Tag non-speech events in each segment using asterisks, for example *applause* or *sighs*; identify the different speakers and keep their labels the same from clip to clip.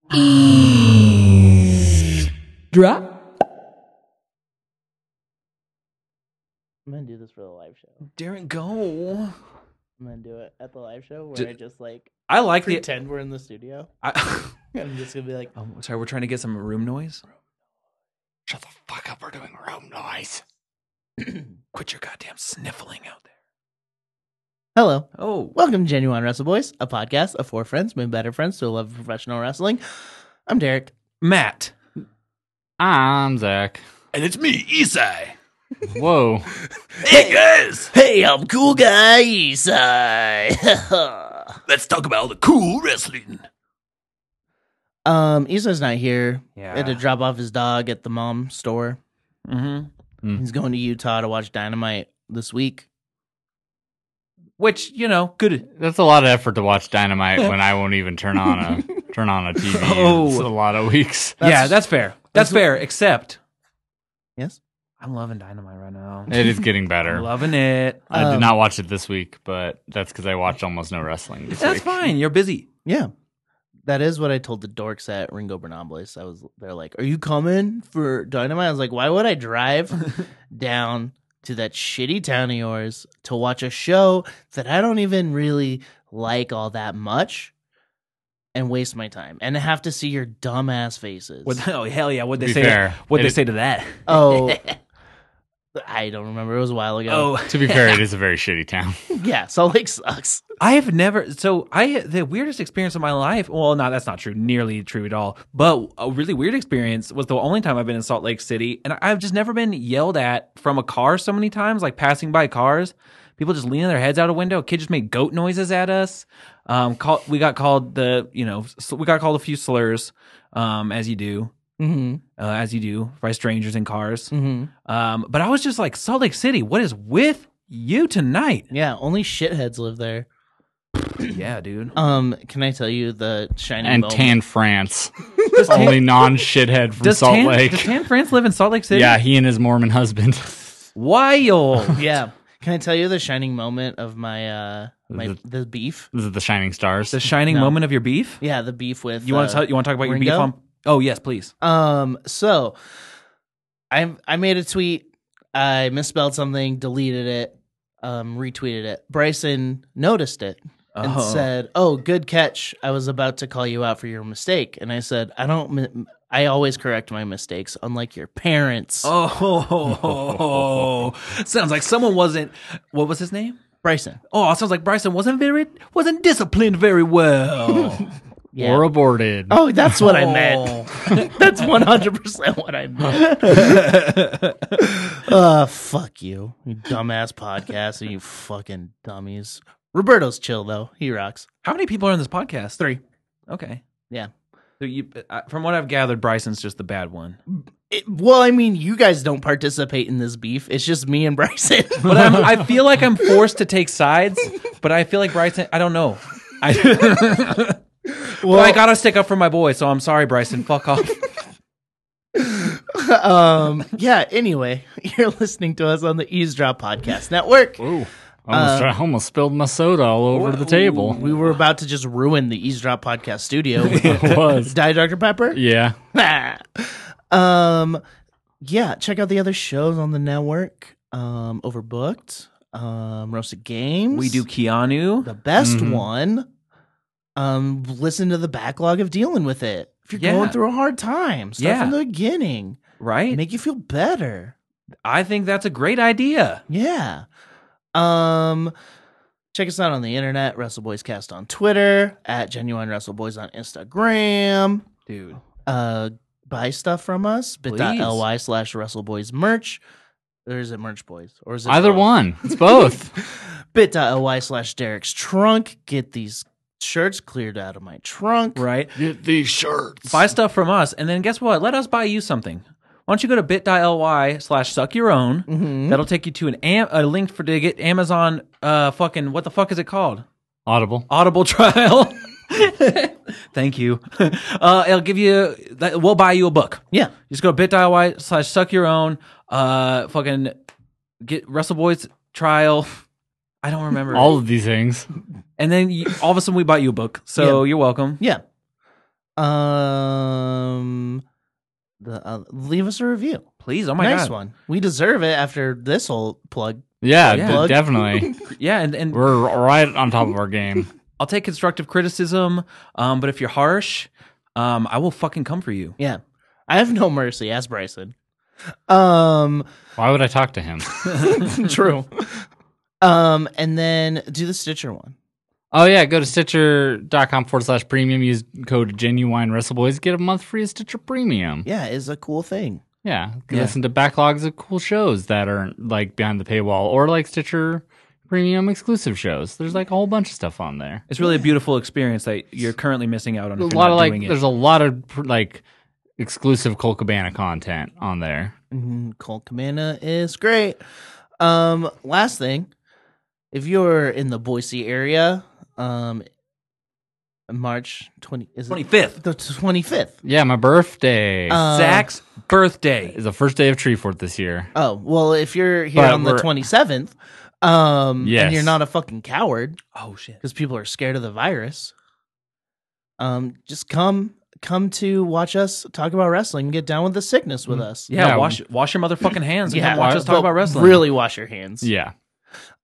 Speaker 1: *gasps* Drop.
Speaker 2: I'm gonna do this for the live show.
Speaker 1: Darren, go.
Speaker 2: I'm gonna do it at the live show where
Speaker 1: D-
Speaker 2: I just like
Speaker 1: I like the.
Speaker 2: pretend we're in the studio. *laughs*
Speaker 1: I, *laughs*
Speaker 2: I'm just gonna be like,
Speaker 1: oh, sorry, we're trying to get some room noise.
Speaker 3: Shut the fuck up. We're doing room noise.
Speaker 1: *clears throat* Quit your goddamn sniffling out there.
Speaker 2: "Hello,
Speaker 1: Oh,
Speaker 2: welcome to Genuine Wrestle Boys, a podcast of four friends made better friends to love of professional wrestling." I'm Derek.
Speaker 1: Matt.
Speaker 3: I'm Zach.
Speaker 1: And it's me, Isai.
Speaker 3: Whoa.
Speaker 1: Hey guys,
Speaker 2: Hey, I'm cool guy *laughs* Isai.
Speaker 1: let's talk about all the cool wrestling.
Speaker 2: um, Isai's not here.
Speaker 3: Yeah.
Speaker 2: Had to drop off his dog at the mom store.
Speaker 1: Mm-hmm.
Speaker 2: He's going to Utah to watch Dynamite this week.
Speaker 1: Which you know, good.
Speaker 3: That's a lot of effort to watch Dynamite when I won't even turn on
Speaker 1: *laughs*
Speaker 3: a turn on a TV.
Speaker 1: Oh.
Speaker 3: It's a lot of weeks.
Speaker 1: yeah, that's fair. That's, fair. Except
Speaker 2: Yes.
Speaker 1: I'm loving Dynamite right now.
Speaker 3: It is getting
Speaker 1: I'm *laughs*
Speaker 3: better.
Speaker 1: loving it.
Speaker 3: I
Speaker 2: Um,
Speaker 3: did not watch it this week, but that's because I watched almost no wrestling. This
Speaker 1: That's
Speaker 3: week.
Speaker 1: fine. You're busy.
Speaker 2: Yeah. That is what I told the dorks at Ringo Bernables. I was they're like, Are you coming for Dynamite? I was like, Why would
Speaker 1: *laughs*
Speaker 2: I drive down to that shitty town of yours to watch a show that I don't even really like all that much and waste my time and have to see your dumbass faces?
Speaker 1: *laughs* What, oh hell yeah! What
Speaker 3: To
Speaker 1: they
Speaker 3: be
Speaker 1: say?
Speaker 3: fair,
Speaker 1: What
Speaker 3: it
Speaker 1: they
Speaker 3: is-
Speaker 1: say to
Speaker 3: *laughs*
Speaker 1: that?
Speaker 2: *laughs* oh I don't remember. It was a while ago.
Speaker 1: Oh,
Speaker 3: To
Speaker 1: *laughs*
Speaker 3: be fair, it is a very shitty town.
Speaker 2: *laughs* Yeah, Salt Lake sucks.
Speaker 1: I have never. So I the weirdest experience of my life. Well, no, that's not true. Nearly true at all. But a really weird experience was the only time I've been in Salt Lake City, and I've just never been yelled at from a car so many times. Like passing by cars, people just leaning their heads out a window. A kid just made goat noises at us. Um, call, we got called the you know s- we got called a few slurs, um, as you do.
Speaker 2: Mm-hmm.
Speaker 1: Uh, as you do by strangers in cars.
Speaker 2: Mm-hmm.
Speaker 1: Um, but I was just like, Salt Lake City, what is with you
Speaker 2: *clears throat*
Speaker 1: tonight?
Speaker 2: Yeah, only shitheads live there.
Speaker 1: yeah,
Speaker 2: *laughs*
Speaker 1: dude.
Speaker 2: Um, can I tell you the shiny
Speaker 3: And
Speaker 2: moment?
Speaker 3: Tan France,
Speaker 1: Does Tan-
Speaker 3: only non shithead from
Speaker 1: does
Speaker 3: Salt
Speaker 1: Tan-
Speaker 3: Lake.
Speaker 1: Does
Speaker 3: *laughs*
Speaker 1: Tan France live in Salt Lake City?
Speaker 3: yeah, he and his Mormon husband. *laughs*
Speaker 1: Why, yo?
Speaker 2: Oh,
Speaker 1: *laughs*
Speaker 2: *laughs* yeah. Can I tell you the shining moment of my uh my
Speaker 3: The-
Speaker 2: the beef?
Speaker 3: This is the Shining Stars.
Speaker 1: The shining
Speaker 2: No.
Speaker 1: moment of your beef?
Speaker 2: Yeah, the beef with
Speaker 1: You want
Speaker 2: uh,
Speaker 1: to tell, you want to talk about your beef
Speaker 2: Ringo?
Speaker 1: on? Oh yes, please.
Speaker 2: Um, so I I made a tweet. I misspelled something, deleted it, um, retweeted it. Bryson noticed it and
Speaker 1: Oh.
Speaker 2: said, "Oh, good catch. I was about to call you out for your mistake." And I said, "I don't. mi- I always correct my mistakes, unlike your parents."
Speaker 1: *laughs* Oh, ho, ho, ho, ho. sounds like someone wasn't. What was his name?
Speaker 2: Bryson,
Speaker 1: Oh, sounds like Bryson wasn't very wasn't disciplined very
Speaker 2: *laughs*
Speaker 1: well.
Speaker 2: yeah.
Speaker 3: Or aborted.
Speaker 2: Oh, that's what I
Speaker 1: *laughs*
Speaker 2: meant. *laughs* that's one hundred percent what I
Speaker 3: *laughs*
Speaker 2: meant. uh fuck you, you dumbass podcast, and you fucking dummies. Roberto's chill though; he rocks.
Speaker 1: How many people are in this podcast? Three. Okay.
Speaker 2: Yeah.
Speaker 1: So you, uh, from what I've gathered, Bryson's just the bad one.
Speaker 2: It- well, I mean, you guys don't participate in this beef. It's just me and
Speaker 3: *laughs*
Speaker 2: Bryson.
Speaker 1: But I'm, I feel like I'm forced to take sides. But I feel like Bryson. I *laughs* don't know. I, well, I
Speaker 3: um,
Speaker 1: gotta stick up for my boy. So I'm sorry, Bryson. Fuck off.
Speaker 2: um, yeah. Anyway, *laughs* you're listening to us on the Eavesdrop Podcast Network.
Speaker 1: Uh,
Speaker 3: Ooh. Almost, I almost spilled my soda all over the table.
Speaker 2: We were about to just ruin the Eavesdrop Podcast studio. with
Speaker 3: *laughs* it was.
Speaker 2: Die, Dr. Pepper.
Speaker 3: Yeah.
Speaker 2: *laughs* um yeah check out the other shows on the network um overbooked um roasted games
Speaker 1: We do Mm-hmm. Keanu.
Speaker 2: the best
Speaker 3: Mhm.
Speaker 2: one um listen to the backlog of dealing with it if you're
Speaker 1: Yeah.
Speaker 2: going through a hard time start
Speaker 1: Yeah.
Speaker 2: from the beginning
Speaker 1: Right?
Speaker 2: make you feel better
Speaker 1: I think that's a great idea.
Speaker 2: yeah um check us out on the internet wrestle boys cast on twitter at genuine wrestle boys on instagram
Speaker 1: Dude.
Speaker 2: uh buy stuff from us bit.ly slash wrestle boys merch or is it merch boys or is it
Speaker 3: Either
Speaker 2: both?
Speaker 3: one.
Speaker 1: *laughs*
Speaker 3: It's both.
Speaker 2: bit.ly slash derek's trunk get these shirts cleared out of my trunk
Speaker 1: Right?
Speaker 3: Get these shirts.
Speaker 1: Buy stuff from us. And then guess what? Let us buy you something. Why don't you go to bit.ly slash suck your own?
Speaker 2: Mhm.
Speaker 1: That'll take you to an am- a link for to get Amazon uh fucking what the fuck is it called?
Speaker 3: Audible.
Speaker 1: Audible trial. *laughs* Thank you. *laughs* Uh, it'll give you. That, we'll buy you a book.
Speaker 2: yeah
Speaker 1: Just go to bit.ly slash suck your own. Uh, fucking get Russell Boys trial. *laughs* I don't remember.
Speaker 3: All of these things.
Speaker 1: and then you, all of a sudden we bought you a book. So you're welcome.
Speaker 2: yeah Um, the uh, leave us a review.
Speaker 1: Please, oh my
Speaker 2: nice
Speaker 1: god,
Speaker 2: one. We deserve it after this whole plug.
Speaker 3: Yeah,
Speaker 1: Yeah.
Speaker 3: d-
Speaker 1: *laughs*
Speaker 2: Plug.
Speaker 3: definitely.
Speaker 1: yeah, and and
Speaker 3: We're right on top of our game.
Speaker 1: I'll take constructive criticism, um, but if you're harsh, um, I will fucking come for you.
Speaker 2: Yeah, I have no mercy. Ask Bryson. Um, *laughs*
Speaker 3: Why would I talk to him?
Speaker 1: *laughs*
Speaker 2: true. Um, and then do the Stitcher one.
Speaker 3: Oh yeah, go to Stitcher.com forward slash premium. Use code genuine wrestle boys. Get a month free of Stitcher Premium.
Speaker 2: Yeah, is a cool thing.
Speaker 3: Yeah, you can
Speaker 1: Yeah.
Speaker 3: listen to backlogs of cool shows that are like behind the paywall or like Stitcher Premium exclusive shows. There's like a whole bunch of stuff on there.
Speaker 1: It's really a beautiful experience that you're currently missing out on.
Speaker 3: a
Speaker 1: if you're
Speaker 3: lot
Speaker 1: not
Speaker 3: of like,
Speaker 1: doing it.
Speaker 3: there's a lot of pr- like exclusive Cole Cabana content on there.
Speaker 2: Mhm, Colt Cabana is great. Um, last thing, if you're in the Boise area, um, March twenty is it
Speaker 1: 25th,
Speaker 2: the twenty fifth.
Speaker 3: Yeah, my birthday
Speaker 2: Uh,
Speaker 1: Zach's birthday.
Speaker 3: is the first day of Tree Fort this year.
Speaker 2: Oh well, if you're here
Speaker 3: But
Speaker 2: on the
Speaker 3: we're-
Speaker 2: twenty seventh, um, and
Speaker 3: Yes.
Speaker 2: you're not a fucking coward
Speaker 1: Oh shit!
Speaker 2: because people are scared of the virus. Um, just come, come to watch us talk about wrestling and get down with the sickness with us.
Speaker 1: Mm, Yeah,
Speaker 3: Yeah,
Speaker 1: wash wash your motherfucking hands. And come watch us
Speaker 2: but
Speaker 1: talk about wrestling.
Speaker 2: Really wash your hands.
Speaker 3: Yeah,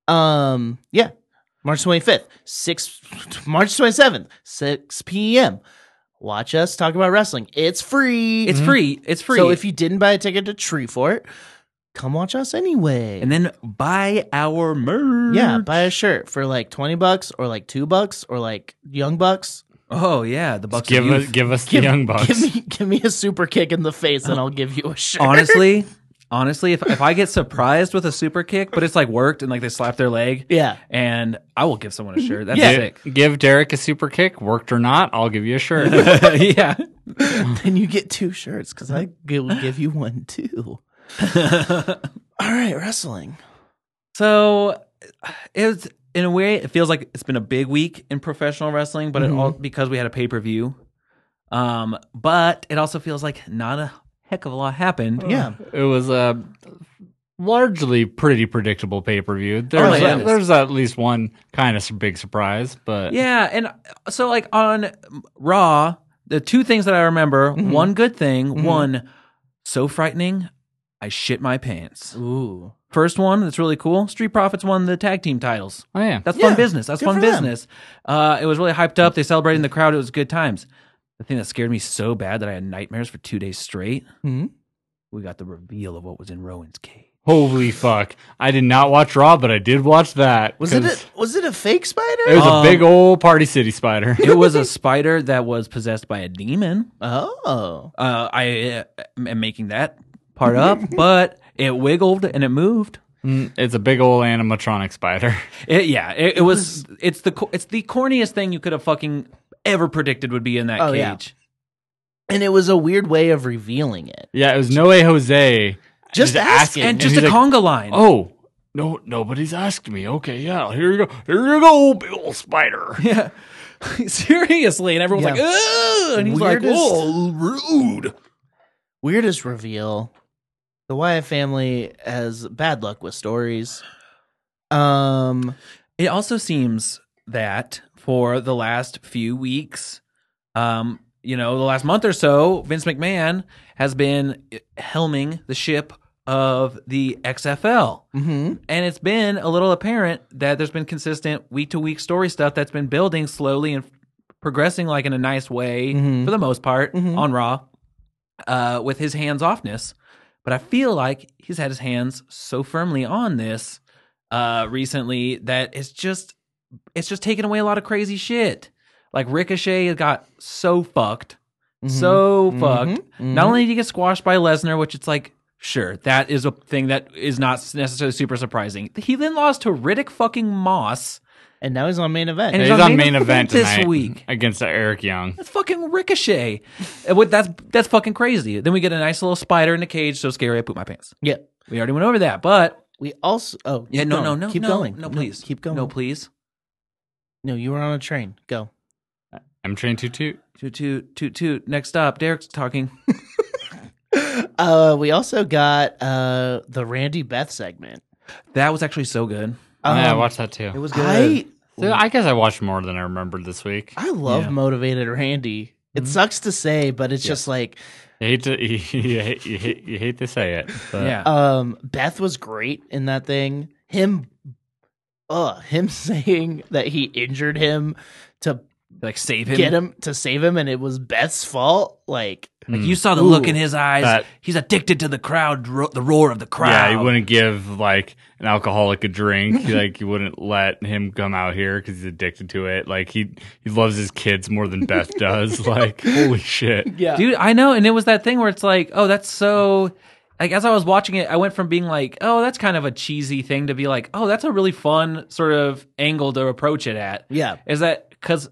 Speaker 2: Um, yeah, March 25th, 6 March 27th, 6 p.m. Watch us talk about wrestling. It's free.
Speaker 1: it's free. It's free.
Speaker 2: Mm-hmm. So if you didn't buy a ticket to Tree Fort, come watch us anyway.
Speaker 1: and then buy our merch.
Speaker 2: yeah, buy a shirt for like 20 bucks or like 2 bucks or like young bucks.
Speaker 1: Oh yeah, the bucks. of
Speaker 3: give us
Speaker 1: Youth.
Speaker 3: give us the young bucks.
Speaker 2: Give me give me a super kick in the face
Speaker 1: Oh.
Speaker 2: and I'll give you a shirt.
Speaker 1: honestly, *laughs* honestly, if if I get surprised with a super kick, but it's like worked and like they slap their leg,
Speaker 2: *laughs* Yeah.
Speaker 1: *laughs* and I will give someone a shirt. That's
Speaker 2: Yeah. *laughs*
Speaker 1: sick. *laughs*
Speaker 3: Give Derek a super kick, worked or not. I'll give you a shirt.
Speaker 1: *laughs* yeah.
Speaker 2: then you get two shirts cuz I will give you
Speaker 1: *laughs*
Speaker 2: one too. All right, wrestling.
Speaker 1: So it's in a way it feels like it's been a big week in professional wrestling, but
Speaker 2: Mm-hmm.
Speaker 1: it all because we had a pay per view. Um, but it also feels like not a heck of a lot happened.
Speaker 2: Yeah.
Speaker 3: It was a largely pretty predictable pay per view.
Speaker 1: Oh,
Speaker 3: There's
Speaker 1: yeah.
Speaker 3: there's at least one kind of s- big surprise, but
Speaker 1: Yeah, and so like on Raw, the two things that I remember,
Speaker 2: Mm-hmm.
Speaker 1: one good thing, one so frightening, I shit my pants.
Speaker 2: Ooh.
Speaker 1: First one that's really cool. Street Profits won the tag team titles.
Speaker 3: oh yeah,
Speaker 1: That's
Speaker 2: Yeah,
Speaker 1: fun business. That's
Speaker 2: good
Speaker 1: fun
Speaker 2: for them.
Speaker 1: business. Uh, it was really hyped up. They celebrated in the crowd. It was good times. The thing that scared me so bad that I had nightmares for two days straight.
Speaker 2: Hmm?
Speaker 1: We got the reveal of what was in Rowan's cage.
Speaker 3: holy fuck! I did not watch Raw, but I did watch that.
Speaker 2: Was it
Speaker 3: 'cause
Speaker 2: a, was it a fake spider?
Speaker 3: it was
Speaker 1: Um,
Speaker 3: a big old Party City spider. *laughs*
Speaker 1: It was a spider that was possessed by a demon.
Speaker 2: Oh.
Speaker 1: Uh, I uh, am making that part *laughs* up, but it wiggled and it moved.
Speaker 3: Mm, it's a big old animatronic spider. *laughs*
Speaker 1: It, yeah, it, it was. It's the co- it's the corniest thing you could have fucking ever predicted would be in that
Speaker 2: Oh, yeah.
Speaker 1: cage.
Speaker 2: And it was a weird way of revealing it.
Speaker 3: Yeah, it was No Way Jose.
Speaker 2: Just ask
Speaker 3: asking-
Speaker 2: it.
Speaker 1: And just *laughs*
Speaker 3: he's
Speaker 1: a
Speaker 3: like,
Speaker 1: conga line.
Speaker 3: Oh. No, nobody's asked me. Okay, yeah, here you go, here you go, big old spider.
Speaker 1: *laughs* Yeah. Seriously. And everyone's
Speaker 2: Yeah.
Speaker 1: like, ugh. And he's like,
Speaker 2: Weirdest-
Speaker 1: oh, rude.
Speaker 2: Weirdest reveal. The Wyatt family has bad luck with stories. Um
Speaker 1: It also seems that for the last few weeks, um, you know, the last month or so, Vince McMahon has been helming the ship of the XFL.
Speaker 2: mhm.
Speaker 1: And it's been a little apparent that there's been consistent week to week story stuff that's been building slowly and progressing like in a nice way
Speaker 2: Mhm.
Speaker 1: for the most part
Speaker 2: Mhm.
Speaker 1: on Raw uh, with his hands offness. But I feel like he's had his hands so firmly on this uh, recently that it's just it's just taking away a lot of crazy shit. Like Ricochet got so fucked, so
Speaker 2: Mhm.
Speaker 1: fucked.
Speaker 2: Mhm.
Speaker 1: Mm-hmm. Not only did he get squashed by Lesnar, which it's like, sure, that is a thing that is not necessarily super surprising. He then lost to Riddick fucking Moss.
Speaker 2: and now he's on main event.
Speaker 1: And
Speaker 3: He's, on main event
Speaker 1: this
Speaker 3: tonight
Speaker 1: week.
Speaker 3: against Eric Young.
Speaker 1: That's fucking Ricochet. And what- That's that's fucking crazy. Then we get a nice little spider in a cage, so scary I poop my pants.
Speaker 2: yeah.
Speaker 1: We already went over that, but
Speaker 2: We also oh
Speaker 1: yeah,
Speaker 2: keep
Speaker 1: no,
Speaker 2: going.
Speaker 1: no, no,
Speaker 2: keep
Speaker 1: no,
Speaker 2: going.
Speaker 1: no, please,
Speaker 2: keep going.
Speaker 1: no, please,
Speaker 2: No, you were on a train. Go.
Speaker 3: I'm train toot toot.
Speaker 1: toot toot toot toot. Next up, Derek's talking.
Speaker 2: Uh we also got uh the Randy Beth segment.
Speaker 1: That was actually so good.
Speaker 3: yeah, I
Speaker 2: Um,
Speaker 3: watched that too.
Speaker 1: Uh-huh. It was good.
Speaker 2: I
Speaker 3: So I guess I watched more than I remembered this week.
Speaker 2: I love
Speaker 1: Yeah. Mm-hmm.
Speaker 2: motivated Randy. It sucks to say, but it's just like
Speaker 3: You hate to *laughs* you hate, you hate, you hate to say it. But
Speaker 1: yeah.
Speaker 2: um Beth was great in that thing. Him uh *laughs* him saying that he injured him to
Speaker 1: like save him.
Speaker 2: get him to save him and it was Beth's fault. Like
Speaker 1: Like
Speaker 3: Mm.
Speaker 1: you saw the
Speaker 2: Ooh,
Speaker 1: look in his eyes.
Speaker 3: that-
Speaker 1: He's addicted to the crowd, ro- the roar of the crowd.
Speaker 3: Yeah, you wouldn't give like an alcoholic a drink. *laughs* like you wouldn't let him come out here because he's addicted to it. Like he he loves his kids more than Beth does. *laughs* like holy shit.
Speaker 1: *laughs*
Speaker 2: yeah.
Speaker 1: dude i know and it was that thing where it's like oh that's so like as i was watching it i went from being like oh that's kind of a cheesy thing to be like oh that's a really fun sort of angle to approach it at
Speaker 2: yeah.
Speaker 1: is that because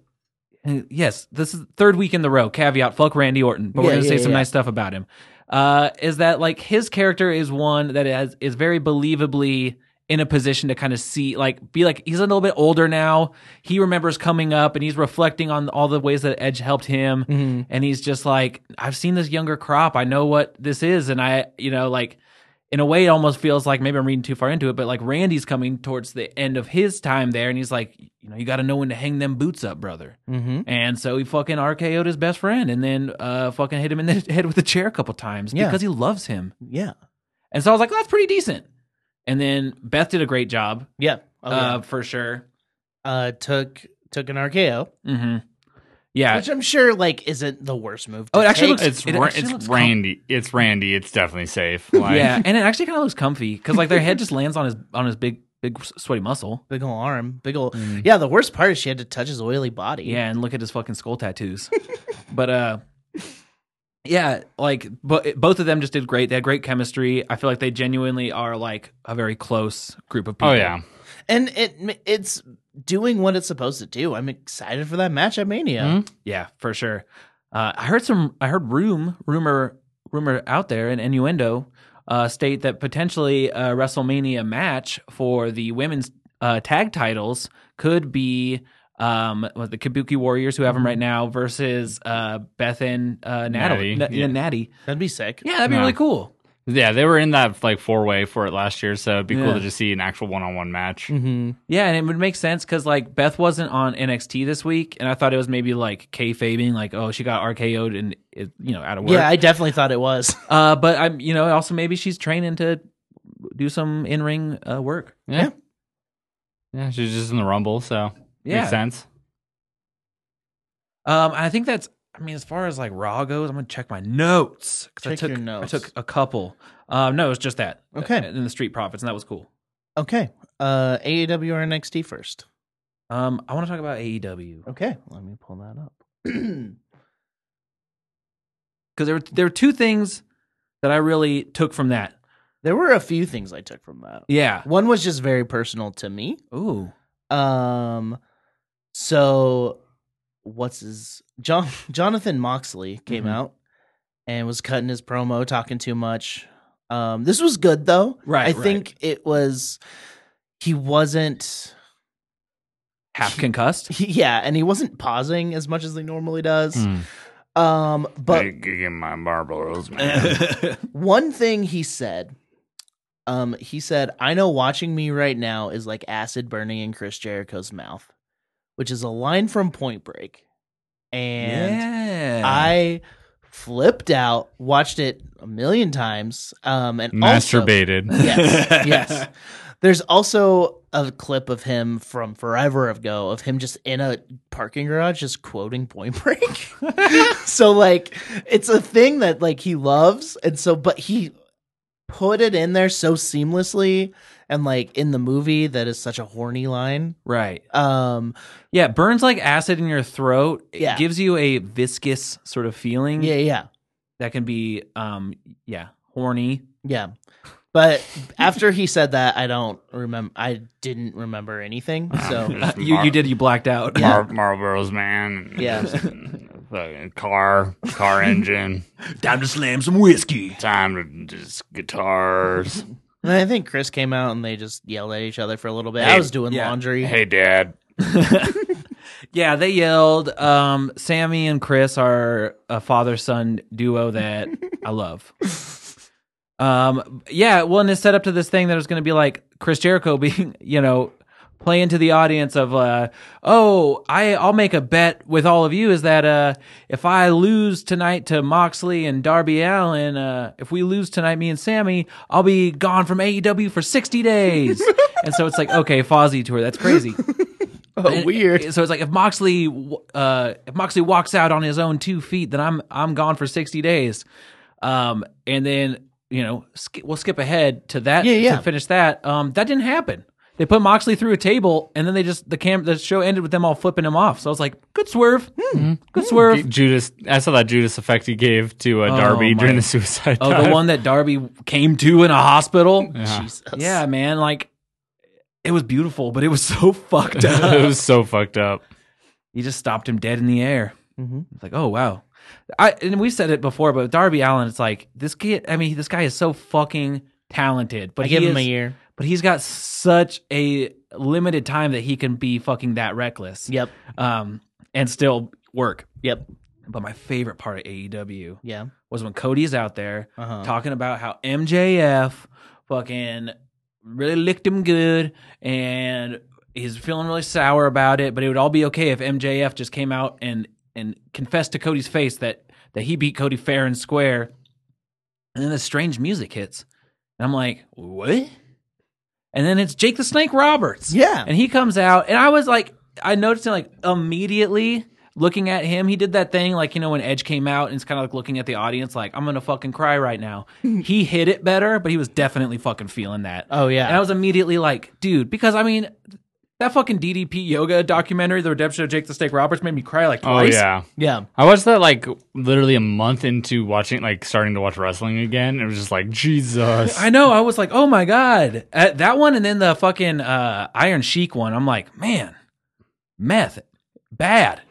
Speaker 1: yes this is third week in the row caveat fuck randy orton but we're
Speaker 2: Yeah,
Speaker 1: gonna
Speaker 2: yeah,
Speaker 1: say some
Speaker 2: yeah.
Speaker 1: nice stuff about him uh is that like his character is one that is is very believably in a position to kind of see like be like he's a little bit older now he remembers coming up and he's reflecting on all the ways that edge helped him
Speaker 2: Mhm.
Speaker 1: and he's just like i've seen this younger crop i know what this is and i you know like in a way it almost feels like maybe i'm reading too far into it but like randy's coming towards the end of his time there and he's like you know you got to know when to hang them boots up brother
Speaker 2: Mm-hmm.
Speaker 1: and so he fucking rko'd his best friend and then uh fucking hit him in the *laughs* head with a chair a couple times
Speaker 2: Yeah.
Speaker 1: because he loves him
Speaker 2: Yeah.
Speaker 1: and so i was like that's pretty decent and then beth did a great job
Speaker 2: Yeah. Oh,
Speaker 1: uh for sure
Speaker 2: yeah. Uh, took took an RKO,
Speaker 1: hmm yeah
Speaker 2: which I'm sure like isn't the worst move. To
Speaker 1: Oh, it actually looks-
Speaker 2: take.
Speaker 3: It's
Speaker 1: It
Speaker 3: Ra-
Speaker 1: actually looks
Speaker 3: it's
Speaker 1: com-
Speaker 3: Randy. it's Randy. It's definitely safe.
Speaker 1: *laughs*
Speaker 3: Like,
Speaker 1: yeah and it actually kind of looks comfy because like their head just *laughs* lands on his on his big big sweaty muscle
Speaker 2: big ol' arm, big ol'.
Speaker 3: Mm.
Speaker 2: Yeah, the worst part is she had to touch his oily body.
Speaker 1: Yeah, and look at his fucking skull tattoos. *laughs* but uh yeah, like but both of them just did great. They had great chemistry. I feel like they genuinely are like a very close group of people.
Speaker 3: Oh yeah.
Speaker 2: and it it's doing what it's supposed to do. I'm excited for that match at Mania.
Speaker 3: Mhm.
Speaker 1: Yeah, for sure. Uh I heard some I heard room rumor rumor out there and innuendo uh state that potentially a WrestleMania match for the women's uh tag titles could be um what, the Kabuki Warriors who have them
Speaker 3: Mm-hmm.
Speaker 1: right now versus uh Beth and uh Natalie
Speaker 3: Natty,
Speaker 1: Na-
Speaker 3: yeah.
Speaker 1: Natty.
Speaker 2: That'd be sick.
Speaker 1: Yeah, that'd be
Speaker 3: No.
Speaker 1: really cool.
Speaker 3: Yeah, they were in that like four way for it last year, so it'd be
Speaker 1: Yeah. Mm.
Speaker 3: cool to just see an actual one on one match.
Speaker 2: Mm-hmm.
Speaker 1: Yeah, and it would make sense because like Beth wasn't on NXT this week, and I thought it was maybe like kayfabing, like oh she got RKO'd and it, you know out of work.
Speaker 2: Yeah, I definitely thought it was. *laughs*
Speaker 1: uh, but I'm you know also maybe she's training to do some in ring uh, work.
Speaker 3: Yeah. Yeah, she's just in the rumble, so makes
Speaker 1: Yeah,
Speaker 3: sense.
Speaker 1: um, I think that's. I mean, as far as like Raw goes, I'm gonna check my notes because I
Speaker 2: Check
Speaker 1: took
Speaker 2: your
Speaker 1: I
Speaker 2: notes.
Speaker 1: took a couple. Um, no, it's just that.
Speaker 2: Okay.
Speaker 1: and the Street Profits, and that was cool.
Speaker 2: Okay, uh, AEW or NXT first.
Speaker 1: Um, I want to talk about AEW.
Speaker 2: Okay, let me pull that up. *clears throat*
Speaker 1: because there were there were two things that I really took from that.
Speaker 2: there were a few things I took from that.
Speaker 1: Yeah.
Speaker 2: One was just very personal to me.
Speaker 1: Ooh.
Speaker 2: Um, so what's his John *laughs* Jonathan Moxley came
Speaker 1: Mhm.
Speaker 2: out and was cutting his promo, talking too much. Um, this was good though.
Speaker 1: Right,
Speaker 2: I
Speaker 1: right.
Speaker 2: think it was. He wasn't.
Speaker 1: Half
Speaker 2: *laughs*
Speaker 1: concussed.
Speaker 2: He, yeah, and he wasn't pausing as much as he normally does.
Speaker 3: Mm.
Speaker 2: Um, but
Speaker 3: Like, give me my marbles,
Speaker 1: *laughs*
Speaker 3: *laughs* man.
Speaker 1: yeah.
Speaker 2: one thing he said um he said i know watching me right now is like acid burning in chris jericho's mouth which is a line from point break and i flipped out watched it a million times um and also-
Speaker 1: *laughs*
Speaker 3: Masturbated.
Speaker 2: *laughs* yes yes there's also a clip of him from forever ago of him just in a parking garage just quoting Point
Speaker 3: *laughs*
Speaker 2: Break. so like it's a thing that like he loves and so but he put it in there so seamlessly and like in the movie that is such a horny line.
Speaker 1: Right.
Speaker 2: Um
Speaker 1: Yeah, it burns like acid in your throat. It
Speaker 2: Yeah.
Speaker 1: gives you a viscous sort of feeling
Speaker 2: yeah yeah
Speaker 1: that can be um yeah, horny.
Speaker 2: yeah. But after he said that I don't remember I didn't remember anything.
Speaker 3: *laughs*
Speaker 2: So
Speaker 1: Uh, *laughs* you you did you blacked out.
Speaker 2: Yeah.
Speaker 3: Mar- Marlboros, man.
Speaker 2: Yeah.
Speaker 3: Fucking car,
Speaker 1: *laughs*
Speaker 3: car engine.
Speaker 1: *laughs* Time to slam some whiskey.
Speaker 3: Time to just
Speaker 1: *laughs*
Speaker 3: guitars.
Speaker 2: and I think Chris came out and they just yelled at each other for a little bit. I
Speaker 3: Hey,
Speaker 2: was doing
Speaker 1: yeah.
Speaker 2: laundry.
Speaker 3: hey, Dad.
Speaker 1: yeah, they yelled um Sammy and Chris are a father-son duo that I love. Um, yeah, well, and it's set up to this thing that it's going to be like Chris Jericho being, *laughs* you know, play into the audience of uh oh I I'll make a bet with all of you is that uh if I lose tonight to Moxley and Darby Allen uh if we lose tonight me and Sammy I'll be gone from AEW for 60 days and so it's like okay Fozzy tour that's crazy
Speaker 2: Oh,
Speaker 1: and-
Speaker 2: weird.
Speaker 1: and So it's like if Moxley, uh, if Moxley walks out on his own two feet, then I'm I'm gone for sixty days. Um, and then you know sk- we'll skip ahead to that
Speaker 2: Yeah, yeah.
Speaker 1: to finish that. Um, that didn't happen. They put Moxley through a table, and then they just the cam the show ended with them all flipping him off. So I was like, good swerve,
Speaker 2: Hmm.
Speaker 1: good swerve.
Speaker 3: Judas, I saw that Judas effect he gave to uh, Darby
Speaker 1: Oh my-
Speaker 3: during the *laughs* suicide.
Speaker 1: Oh, the
Speaker 3: dive.
Speaker 1: one that Darby came to in a hospital.
Speaker 3: Yeah. *laughs*
Speaker 2: Jesus.
Speaker 1: Yeah, man, like it was beautiful, but it was so *laughs*
Speaker 2: *laughs*
Speaker 1: fucked
Speaker 3: it
Speaker 1: up.
Speaker 3: was so fucked up.
Speaker 1: he just stopped him dead in the air.
Speaker 2: hmm
Speaker 1: It's like, oh wow. I and we said it before, but with Darby Allen, it's like this kid. I mean, this guy is so fucking talented, but
Speaker 2: I give
Speaker 1: he
Speaker 2: him a
Speaker 1: is-
Speaker 2: year.
Speaker 1: But he's got such a limited time that he can be fucking that reckless,
Speaker 2: Yep.
Speaker 1: um, and still work.
Speaker 2: Yep.
Speaker 1: But my favorite part of AEW
Speaker 2: Yeah.
Speaker 1: was when Cody's out there
Speaker 2: Uh-huh.
Speaker 1: talking about how MJF fucking really licked him good and he's feeling really sour about it, but it would all be okay if MJF just came out and and confessed to Cody's face that that he beat Cody fair and square. And then the strange music hits. And I'm like, "What?" And then it's Jake the Snake Roberts.
Speaker 2: Yeah.
Speaker 1: And he comes out, and I was like, I noticed him like immediately looking at him. He did that thing like you know when Edge came out, and it's kind of like looking at the audience, like I'm gonna fucking cry right
Speaker 3: *laughs*
Speaker 1: now. he hit it better, but he was definitely fucking feeling that.
Speaker 2: oh
Speaker 1: And I
Speaker 2: yeah.
Speaker 1: was immediately like, dude, because I mean, that fucking DDP yoga documentary, The Redemption of Jake the Snake Roberts, made me cry like
Speaker 3: Oh
Speaker 1: twice.
Speaker 3: yeah,
Speaker 2: Yeah.
Speaker 3: I watched that like literally a month into watching, like starting to watch wrestling again. It was just like Jesus.
Speaker 1: I know. I was like, oh my god, Uh, that one, and then the fucking uh, Iron Sheik one. I'm like, man, meth,
Speaker 3: *laughs*
Speaker 1: bad,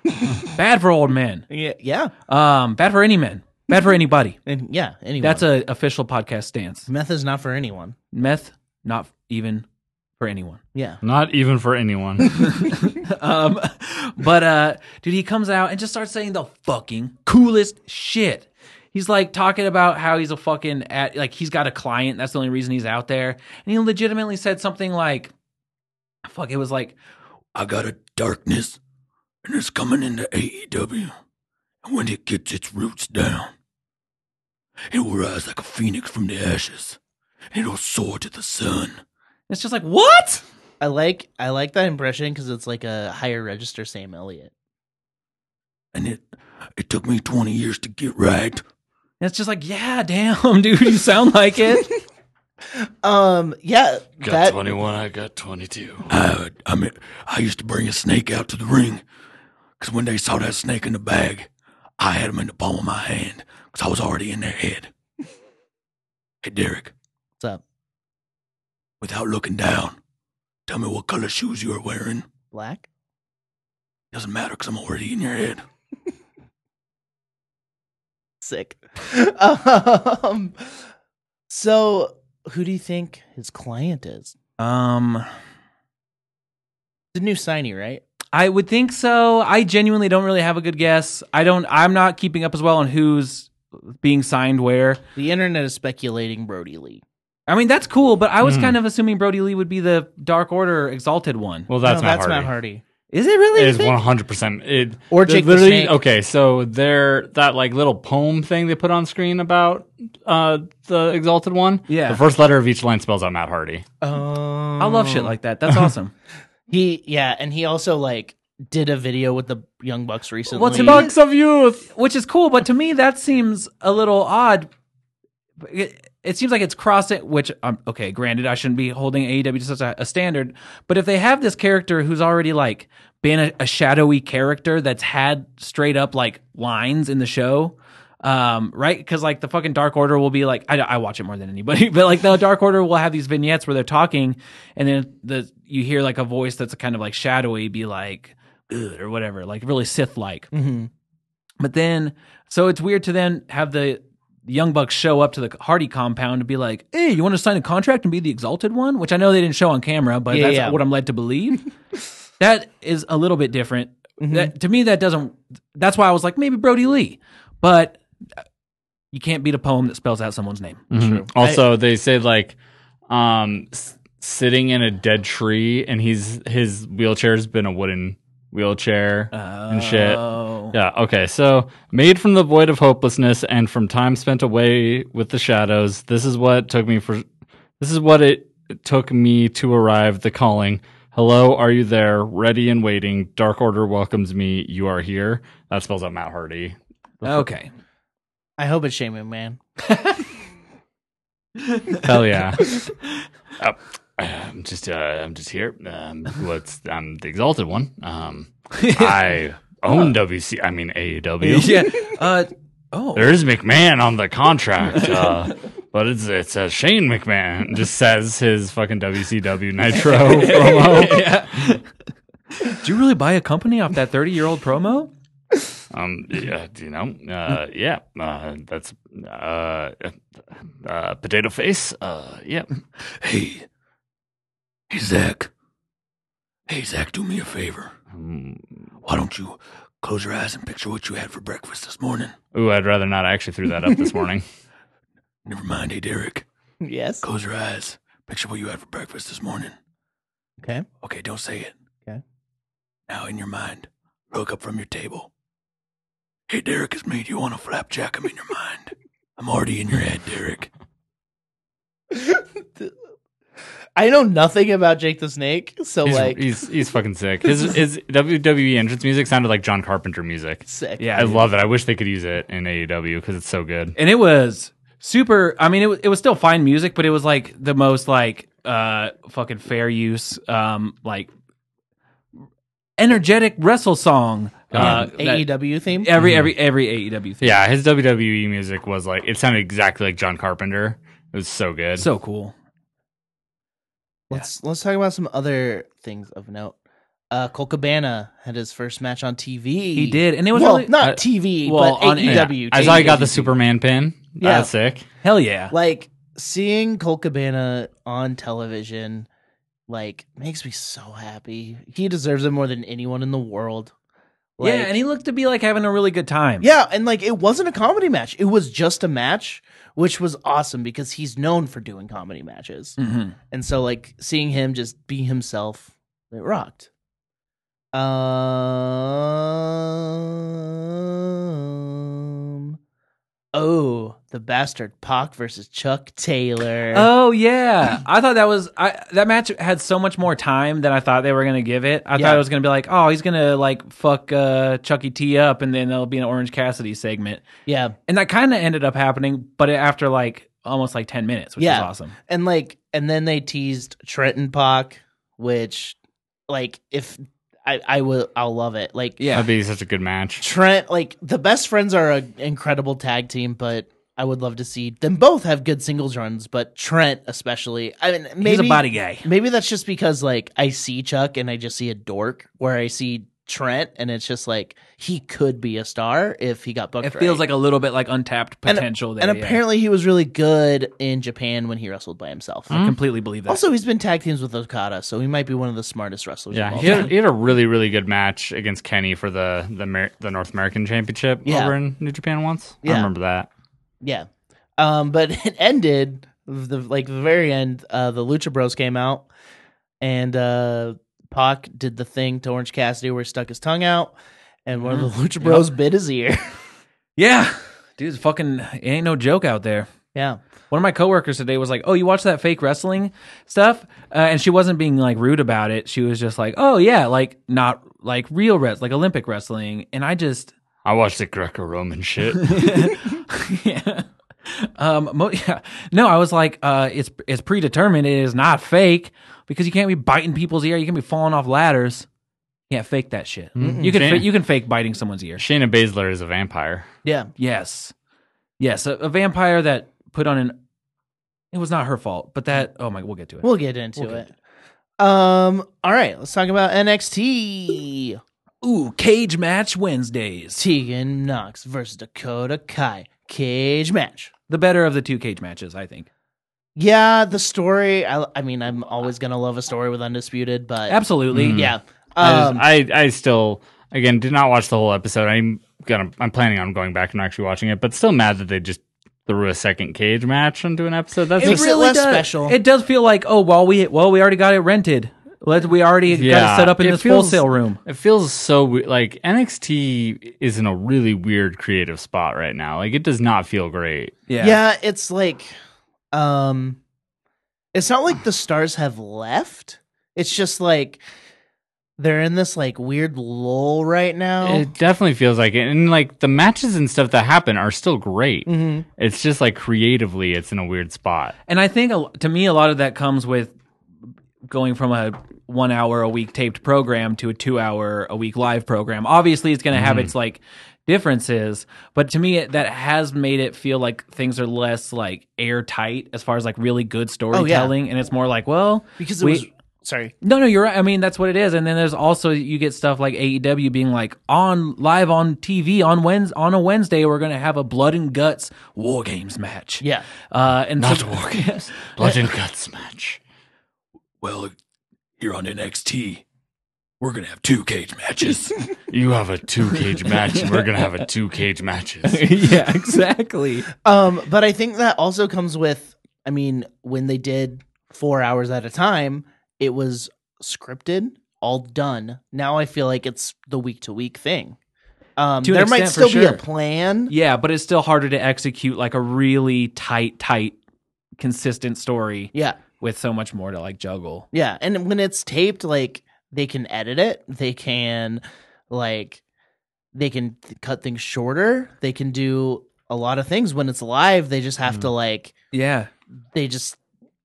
Speaker 1: bad for old men.
Speaker 2: Yeah. Yeah.
Speaker 1: Um, bad for any men. Bad for anybody.
Speaker 2: And yeah. Anyway,
Speaker 1: That's a official podcast stance.
Speaker 2: meth is not for anyone.
Speaker 1: Meth, not even for anyone.
Speaker 2: Yeah.
Speaker 3: Not even
Speaker 2: *laughs*
Speaker 3: for anyone.
Speaker 1: *laughs* Um, but uh, dude, he comes out and just starts saying the fucking coolest shit. He's like talking about how he's a fucking at like he's got a client. That's the only reason he's out there. And he legitimately said something like, "Fuck," it was like, "I got a darkness, and it's coming into AEW, and when it gets its roots down, it will rise like a phoenix from the ashes, and it'll soar to the sun." It's just like what?
Speaker 2: I like I like that impression because it's like a higher register Sam Elliott.
Speaker 1: and it it took me 20 years to get right and it's just like yeah damn *laughs* dude you sound like it
Speaker 2: Um. Yeah. that. Oh,
Speaker 3: one. I got twenty-two.
Speaker 4: *laughs* I, I mean, I used to bring a snake out to the ring because when they saw that snake in the bag, I had him in the palm of my hand because I was already in their head. *laughs* Hey, Derek,
Speaker 2: What's up?
Speaker 4: without looking down, tell me what color shoes you are wearing.
Speaker 2: Black.
Speaker 4: Doesn't matter because I'm already in your head.
Speaker 2: Sick. *laughs* um. So, who do you think his client is?
Speaker 1: um
Speaker 2: The new signee, right?
Speaker 1: i would think so i genuinely don't really have a good guess i don't i'm not keeping up as well on who's being signed where
Speaker 2: The internet is speculating Brody Lee.
Speaker 1: i mean that's cool but i was
Speaker 3: Hmm.
Speaker 1: kind of assuming brody lee would be the dark order exalted one
Speaker 3: Well, that's
Speaker 2: no,
Speaker 3: not
Speaker 2: that's
Speaker 3: hard.
Speaker 2: Matt Hardy.
Speaker 1: is it really
Speaker 3: It
Speaker 1: you
Speaker 3: is
Speaker 1: think?
Speaker 3: one hundred percent. It
Speaker 2: Or
Speaker 3: they're
Speaker 2: Jake the
Speaker 3: literally
Speaker 2: Snake.
Speaker 3: okay. So they're that like little poem thing they put on screen about uh the exalted one.
Speaker 1: Yeah.
Speaker 3: the first letter of each line spells out Matt Hardy.
Speaker 2: Um,
Speaker 1: i love shit like that
Speaker 3: *laughs*
Speaker 1: that's awesome
Speaker 2: he. Yeah, and he also like did a video with the Young Bucks recently.
Speaker 1: What's it about?
Speaker 3: Bucks of youth.
Speaker 1: which is cool but to me that seems a little odd it, it seems like it's crossing which um, okay granted i shouldn't be holding aew to such a, a standard but if they have this character who's already like been a, a shadowy character that's had straight up like lines in the show um, right because like the fucking dark order will be like I, I watch it more than anybody *laughs* but like the dark order will have these vignettes where they're talking and then the you hear like a voice that's kind of like shadowy be like good or whatever like really sith like
Speaker 2: Mhm.
Speaker 1: but then, so it's weird to then have the Young Bucks show up to the Hardy compound and be like, hey, you want to sign a contract and be the exalted one? Which I know they didn't show on camera, but
Speaker 2: Yeah,
Speaker 1: that's
Speaker 2: yeah.
Speaker 1: what I'm led to believe. that is a little bit different.
Speaker 2: Mm-hmm.
Speaker 1: That, to me, that doesn't, that's why I was like, maybe Brody Lee. But
Speaker 3: Mm-hmm.
Speaker 1: you can't beat a poem that spells out someone's name.
Speaker 3: Mhm. Also, they said like um, s- sitting in a dead tree, and he's his wheelchair's been a wooden wheelchair.
Speaker 1: and
Speaker 3: shit. Yeah, okay. So, made from the void of hopelessness and from time spent away with the shadows, this is what took me for this is what it took me to arrive the calling. Hello, are you there? Ready and waiting. Dark Order welcomes me. You are here. That spells out Matt Hardy.
Speaker 1: Okay. *laughs*
Speaker 2: I hope it's Shane Man.
Speaker 3: Hell *laughs* yeah. Uh, I'm just uh, I'm just here. Um, what's I'm the exalted one. Um, I own WC. I mean AEW.
Speaker 1: yeah. Uh, oh.
Speaker 3: There is McMahon on the contract, uh, but it's it says Shane McMahon. It Just says his fucking WCW Nitro promo.
Speaker 1: yeah. Did you really buy a company off that 30 year old promo?
Speaker 3: Um, yeah, you know, uh, yeah, uh, that's uh, uh, potato face. Uh, yeah,
Speaker 4: Hey, hey, Zach. Hey, Zach, do me a favor.
Speaker 3: Um,
Speaker 4: Why don't you close your eyes and picture what you had for breakfast this morning?
Speaker 3: ooh, I'd rather not. I actually threw that up this morning.
Speaker 4: Never mind, hey, Derek.
Speaker 2: Yes.
Speaker 4: Close your eyes. Picture what you had for breakfast this morning.
Speaker 2: Okay.
Speaker 4: Okay, don't say it.
Speaker 2: Okay.
Speaker 4: Now, in your mind, look up from your table. Hey, Derek, it's me. Do you want a flapjack? I'm in your mind. I'm already in your head, Derek.
Speaker 2: I know nothing about Jake the Snake, so
Speaker 3: He's,
Speaker 2: like
Speaker 3: he's he's fucking sick.
Speaker 2: *laughs*
Speaker 3: His his WWE entrance music sounded like John Carpenter music.
Speaker 2: sick.
Speaker 1: Yeah.
Speaker 3: I love it. I wish they could use it in AEW because it's so good.
Speaker 1: and it was super i mean it was, it was still fine music but it was like the most like uh fucking fair use um like energetic wrestle song
Speaker 2: Um,
Speaker 1: uh, that-
Speaker 2: AEW E theme.
Speaker 1: every every E every AEW thing
Speaker 3: Yeah, his WWE music was like it sounded exactly like John Carpenter. It was so good.
Speaker 1: so cool
Speaker 2: Let's let's talk about some other things of note. Uh, Cole Cabana had his first match on TV.
Speaker 1: he did and it was
Speaker 2: E well,
Speaker 1: really uh,
Speaker 2: not
Speaker 1: I-
Speaker 2: TV,
Speaker 1: well,
Speaker 2: but E
Speaker 1: on
Speaker 3: Yeah.
Speaker 2: AEW.
Speaker 3: I saw he got the
Speaker 2: AEW.
Speaker 3: Superman pin.
Speaker 2: Yeah.
Speaker 3: That's sick.
Speaker 1: hell yeah
Speaker 2: Like seeing Cole Cabana on television, like makes me so happy. He deserves it more than anyone in the world. Like,
Speaker 1: yeah and he looked to be like having a really good time
Speaker 2: Yeah, and like it wasn't a comedy match. It was just a match, which was awesome because he's known for doing comedy matches.
Speaker 1: hmm
Speaker 2: And so like seeing him just be himself, it rocked. Um Oh, the bastard Pac versus Chuck Taylor.
Speaker 1: Oh yeah, I thought that was I, that match had so much more time than I thought they were gonna give it. I
Speaker 2: Yeah.
Speaker 1: thought it was gonna be like, oh, he's gonna like fuck uh, Chucky T up, and then there'll be an Orange Cassidy segment,
Speaker 2: yeah.
Speaker 1: and that kind of ended up happening, but after like almost like ten minutes, which
Speaker 2: Yeah.
Speaker 1: was awesome.
Speaker 2: And like and then they teased Trenton Pac, which like if I I will I'll love it. Like
Speaker 3: That'd be such a good match.
Speaker 2: Trent, like the best friends are an incredible tag team, but I would love to see them both have good singles runs. But Trent, especially, I mean, maybe
Speaker 1: he's a body guy.
Speaker 2: Maybe that's just because like I see Chuck and I just see a dork, where I see Trent and it's just like he could be a star if he got booked.
Speaker 1: It feels
Speaker 2: right.
Speaker 1: like a little bit like untapped
Speaker 2: And-
Speaker 1: potential there.
Speaker 2: and
Speaker 1: yeah.
Speaker 2: apparently he was really good in Japan when he wrestled by himself.
Speaker 1: I completely believe that.
Speaker 2: Hmm? Also, he's been tag teams with Okada, so he might be one of the smartest wrestlers.
Speaker 3: Yeah,
Speaker 2: of all
Speaker 3: *laughs* he had,
Speaker 2: time.
Speaker 3: he had a really really good match against Kenny for the the Mer- the North American Championship
Speaker 2: Yeah.
Speaker 3: over in New Japan once.
Speaker 2: Yeah.
Speaker 3: I remember that.
Speaker 2: Yeah. Um, but *laughs* it ended the like the very end, uh the Lucha Bros came out and uh Pac did the thing to Orange Cassidy where he stuck his tongue out and one of the Lucha Bros bit his ear. *laughs*
Speaker 1: yeah, dude's fucking it ain't no joke out there.
Speaker 2: yeah.
Speaker 1: One of my coworkers today was like, "Oh, you watch that fake wrestling stuff?" Uh, and she wasn't being like rude about it. She was just like, "Oh yeah, like not like real res, like Olympic wrestling." And I just,
Speaker 3: I watched the Greco
Speaker 2: *laughs*
Speaker 3: Roman shit.
Speaker 1: *laughs* yeah. Um, mo- *laughs* yeah. no, I was like, uh, it's it's predetermined. It is not fake because you can't be biting people's ear. You can be falling off ladders. You can't fake that shit. You can fa-
Speaker 3: Shayna,
Speaker 1: you can fake biting someone's ear.
Speaker 3: Shayna Baszler is a vampire.
Speaker 2: Yeah.
Speaker 1: Yes. Yes. A, a vampire that put on an. It was not her fault, but that. Oh my. We'll get to it.
Speaker 2: We'll get into
Speaker 1: We'll
Speaker 2: it. Um, all right, let's talk about NXT.
Speaker 1: Ooh, cage match Wednesdays.
Speaker 2: Tegan Knox versus Dakota Kai. Cage match.
Speaker 1: The better of the two cage matches, I think.
Speaker 2: Yeah, the story. I, I mean, I'm always gonna love a story with Undisputed, but
Speaker 1: Absolutely.
Speaker 3: Mm.
Speaker 2: yeah. Um,
Speaker 3: I, just, I I still again did not watch the whole episode. I'm gonna I'm planning on going back and actually watching it, but still mad that they just threw a second cage match into an episode. That's
Speaker 2: It
Speaker 3: just,
Speaker 2: really less special.
Speaker 1: It does feel like oh well we well we already got it rented. Let we already got
Speaker 3: Yeah,
Speaker 1: it set up in
Speaker 3: it
Speaker 1: this
Speaker 3: feels-
Speaker 1: wholesale room.
Speaker 3: it feels so we- like NXT is in a really weird creative spot right now. Like it does not feel great.
Speaker 1: Yeah.
Speaker 2: Yeah. it's like um it's not like the stars have left. It's just like they're in this like weird lull right now.
Speaker 3: It definitely feels like it, and like the matches and stuff that happen are still great.
Speaker 2: Mhm.
Speaker 3: It's just like creatively, it's in a weird spot.
Speaker 1: And I think a- to me, a lot of that comes with going from a one hour a week taped program to a two hour a week live program. Obviously, it's going to
Speaker 3: Mm-hmm.
Speaker 1: have its like differences, but to me, it, that has made it feel like things are less like airtight as far as like really
Speaker 3: Oh,
Speaker 1: good storytelling. And it's more like, well,
Speaker 2: Because it
Speaker 1: we-
Speaker 2: was sorry.
Speaker 1: no, no, you're right. I mean, that's what it is. And then there's also you get stuff like AEW being like on live on TV on Wednesday, on a Wednesday, we're gonna have a blood and guts war games match.
Speaker 2: Yeah.
Speaker 1: uh, and
Speaker 3: Not
Speaker 1: so- *laughs*
Speaker 3: war games. Blood and guts match.
Speaker 4: Well, here on NXT, we're gonna have two cage matches. *laughs*
Speaker 3: You have a two cage match, and we're gonna have a two
Speaker 2: *laughs*
Speaker 3: cage matches.
Speaker 1: *laughs* yeah, exactly.
Speaker 2: Um but I think that also comes with I mean when they did 4 hours at a time, it was scripted, all done. Now I feel like it's the week to week thing. Um
Speaker 1: To an
Speaker 2: there might
Speaker 1: extent, for
Speaker 2: still be a
Speaker 1: sure.
Speaker 2: plan.
Speaker 1: Yeah, but it's still harder to execute like a really tight, tight, consistent story
Speaker 2: yeah.
Speaker 1: with so much more to like juggle.
Speaker 2: Yeah, and when it's taped, like they can edit it. They can, like, they can th- cut things shorter. They can do a lot of things. When it's live, they just have to
Speaker 1: Mm.
Speaker 2: like
Speaker 1: Yeah, *laughs*
Speaker 2: they just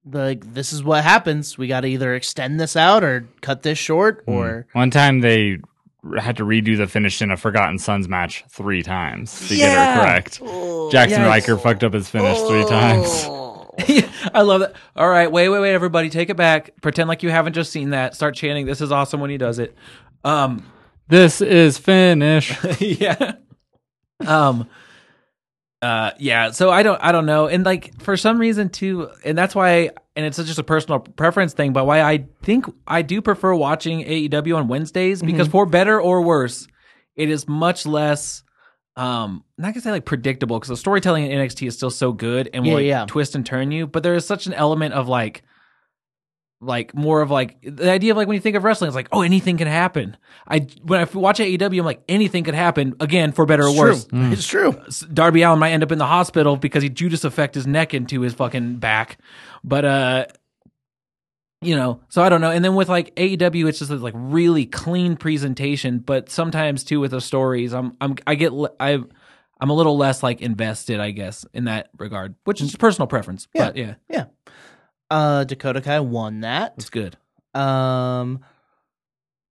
Speaker 2: like this is what happens. We got to either extend this out or cut this short.
Speaker 1: Hmm.
Speaker 2: Or
Speaker 3: One time they r- had to redo the finish in a Forgotten Sons match three times to get
Speaker 1: Yeah.
Speaker 3: it correct. Jackson
Speaker 1: Yikes.
Speaker 3: Riker fucked up his finish three times.
Speaker 1: I love that. All right, wait, wait, wait, everybody, take it back. Pretend like you haven't just seen that. Start chanting. This is awesome when he does it. Um,
Speaker 3: This is finish. Uh,
Speaker 1: *laughs* yeah. Um uh yeah, so I don't I don't know. And like for some reason too, and that's why and it's just a personal preference thing, but why I think I do prefer watching AEW on Wednesdays
Speaker 2: Mm-hmm.
Speaker 1: because for better or worse, it is much less um not gonna say like predictable because the storytelling in NXT is still so good and will
Speaker 2: Yeah,
Speaker 1: like,
Speaker 2: yeah.
Speaker 1: twist and turn you, but there is such an element of like like more of like the idea of like when you think of wrestling, it's like oh anything can happen. I when I watch AEW, I'm like anything could happen again for better or worse.
Speaker 2: It's true.
Speaker 1: S- Darby Allen might end up in the hospital because he Judas effect his neck into his fucking back, but uh, you know, so I don't know. And then with like AEW, it's just this, like really clean presentation, but sometimes too with the stories, I'm I'm I get le- I. I'm a little less like invested, I guess, in that regard, which is personal preference.
Speaker 2: Yeah.
Speaker 1: But yeah,
Speaker 2: Uh, Dakota Kai won that.
Speaker 1: it's good.
Speaker 2: Um,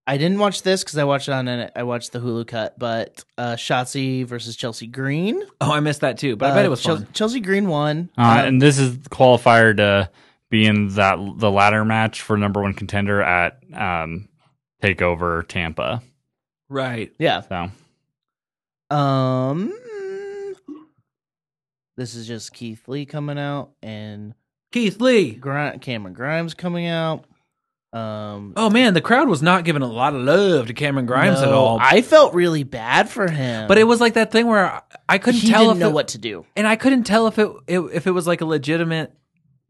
Speaker 2: I didn't watch this because I watched it on an, I watched the Hulu cut, but uh, Shotzi versus Chelsea Green. Uh,
Speaker 1: Oh, I missed that too, but I bet it was
Speaker 2: Chel-
Speaker 1: fun.
Speaker 2: Chelsea Green won.
Speaker 3: Uh,
Speaker 2: Um,
Speaker 3: and this is qualifier to be in that the latter match for number one contender at um, Takeover Tampa.
Speaker 1: Right.
Speaker 2: yeah.
Speaker 3: So
Speaker 2: Um, this is just Keith Lee coming out and
Speaker 1: Keith Lee.
Speaker 2: Gr- Cameron Grimes coming out. Um,
Speaker 1: Oh man, the crowd was not giving a lot of love to Cameron Grimes at
Speaker 2: no,
Speaker 1: all.
Speaker 2: I felt really bad for him,
Speaker 1: but it was like that thing where I, I couldn't
Speaker 2: he
Speaker 1: tell
Speaker 2: didn't
Speaker 1: if
Speaker 2: know
Speaker 1: it,
Speaker 2: what to do.
Speaker 1: and I couldn't tell if it, it if it was like a legitimate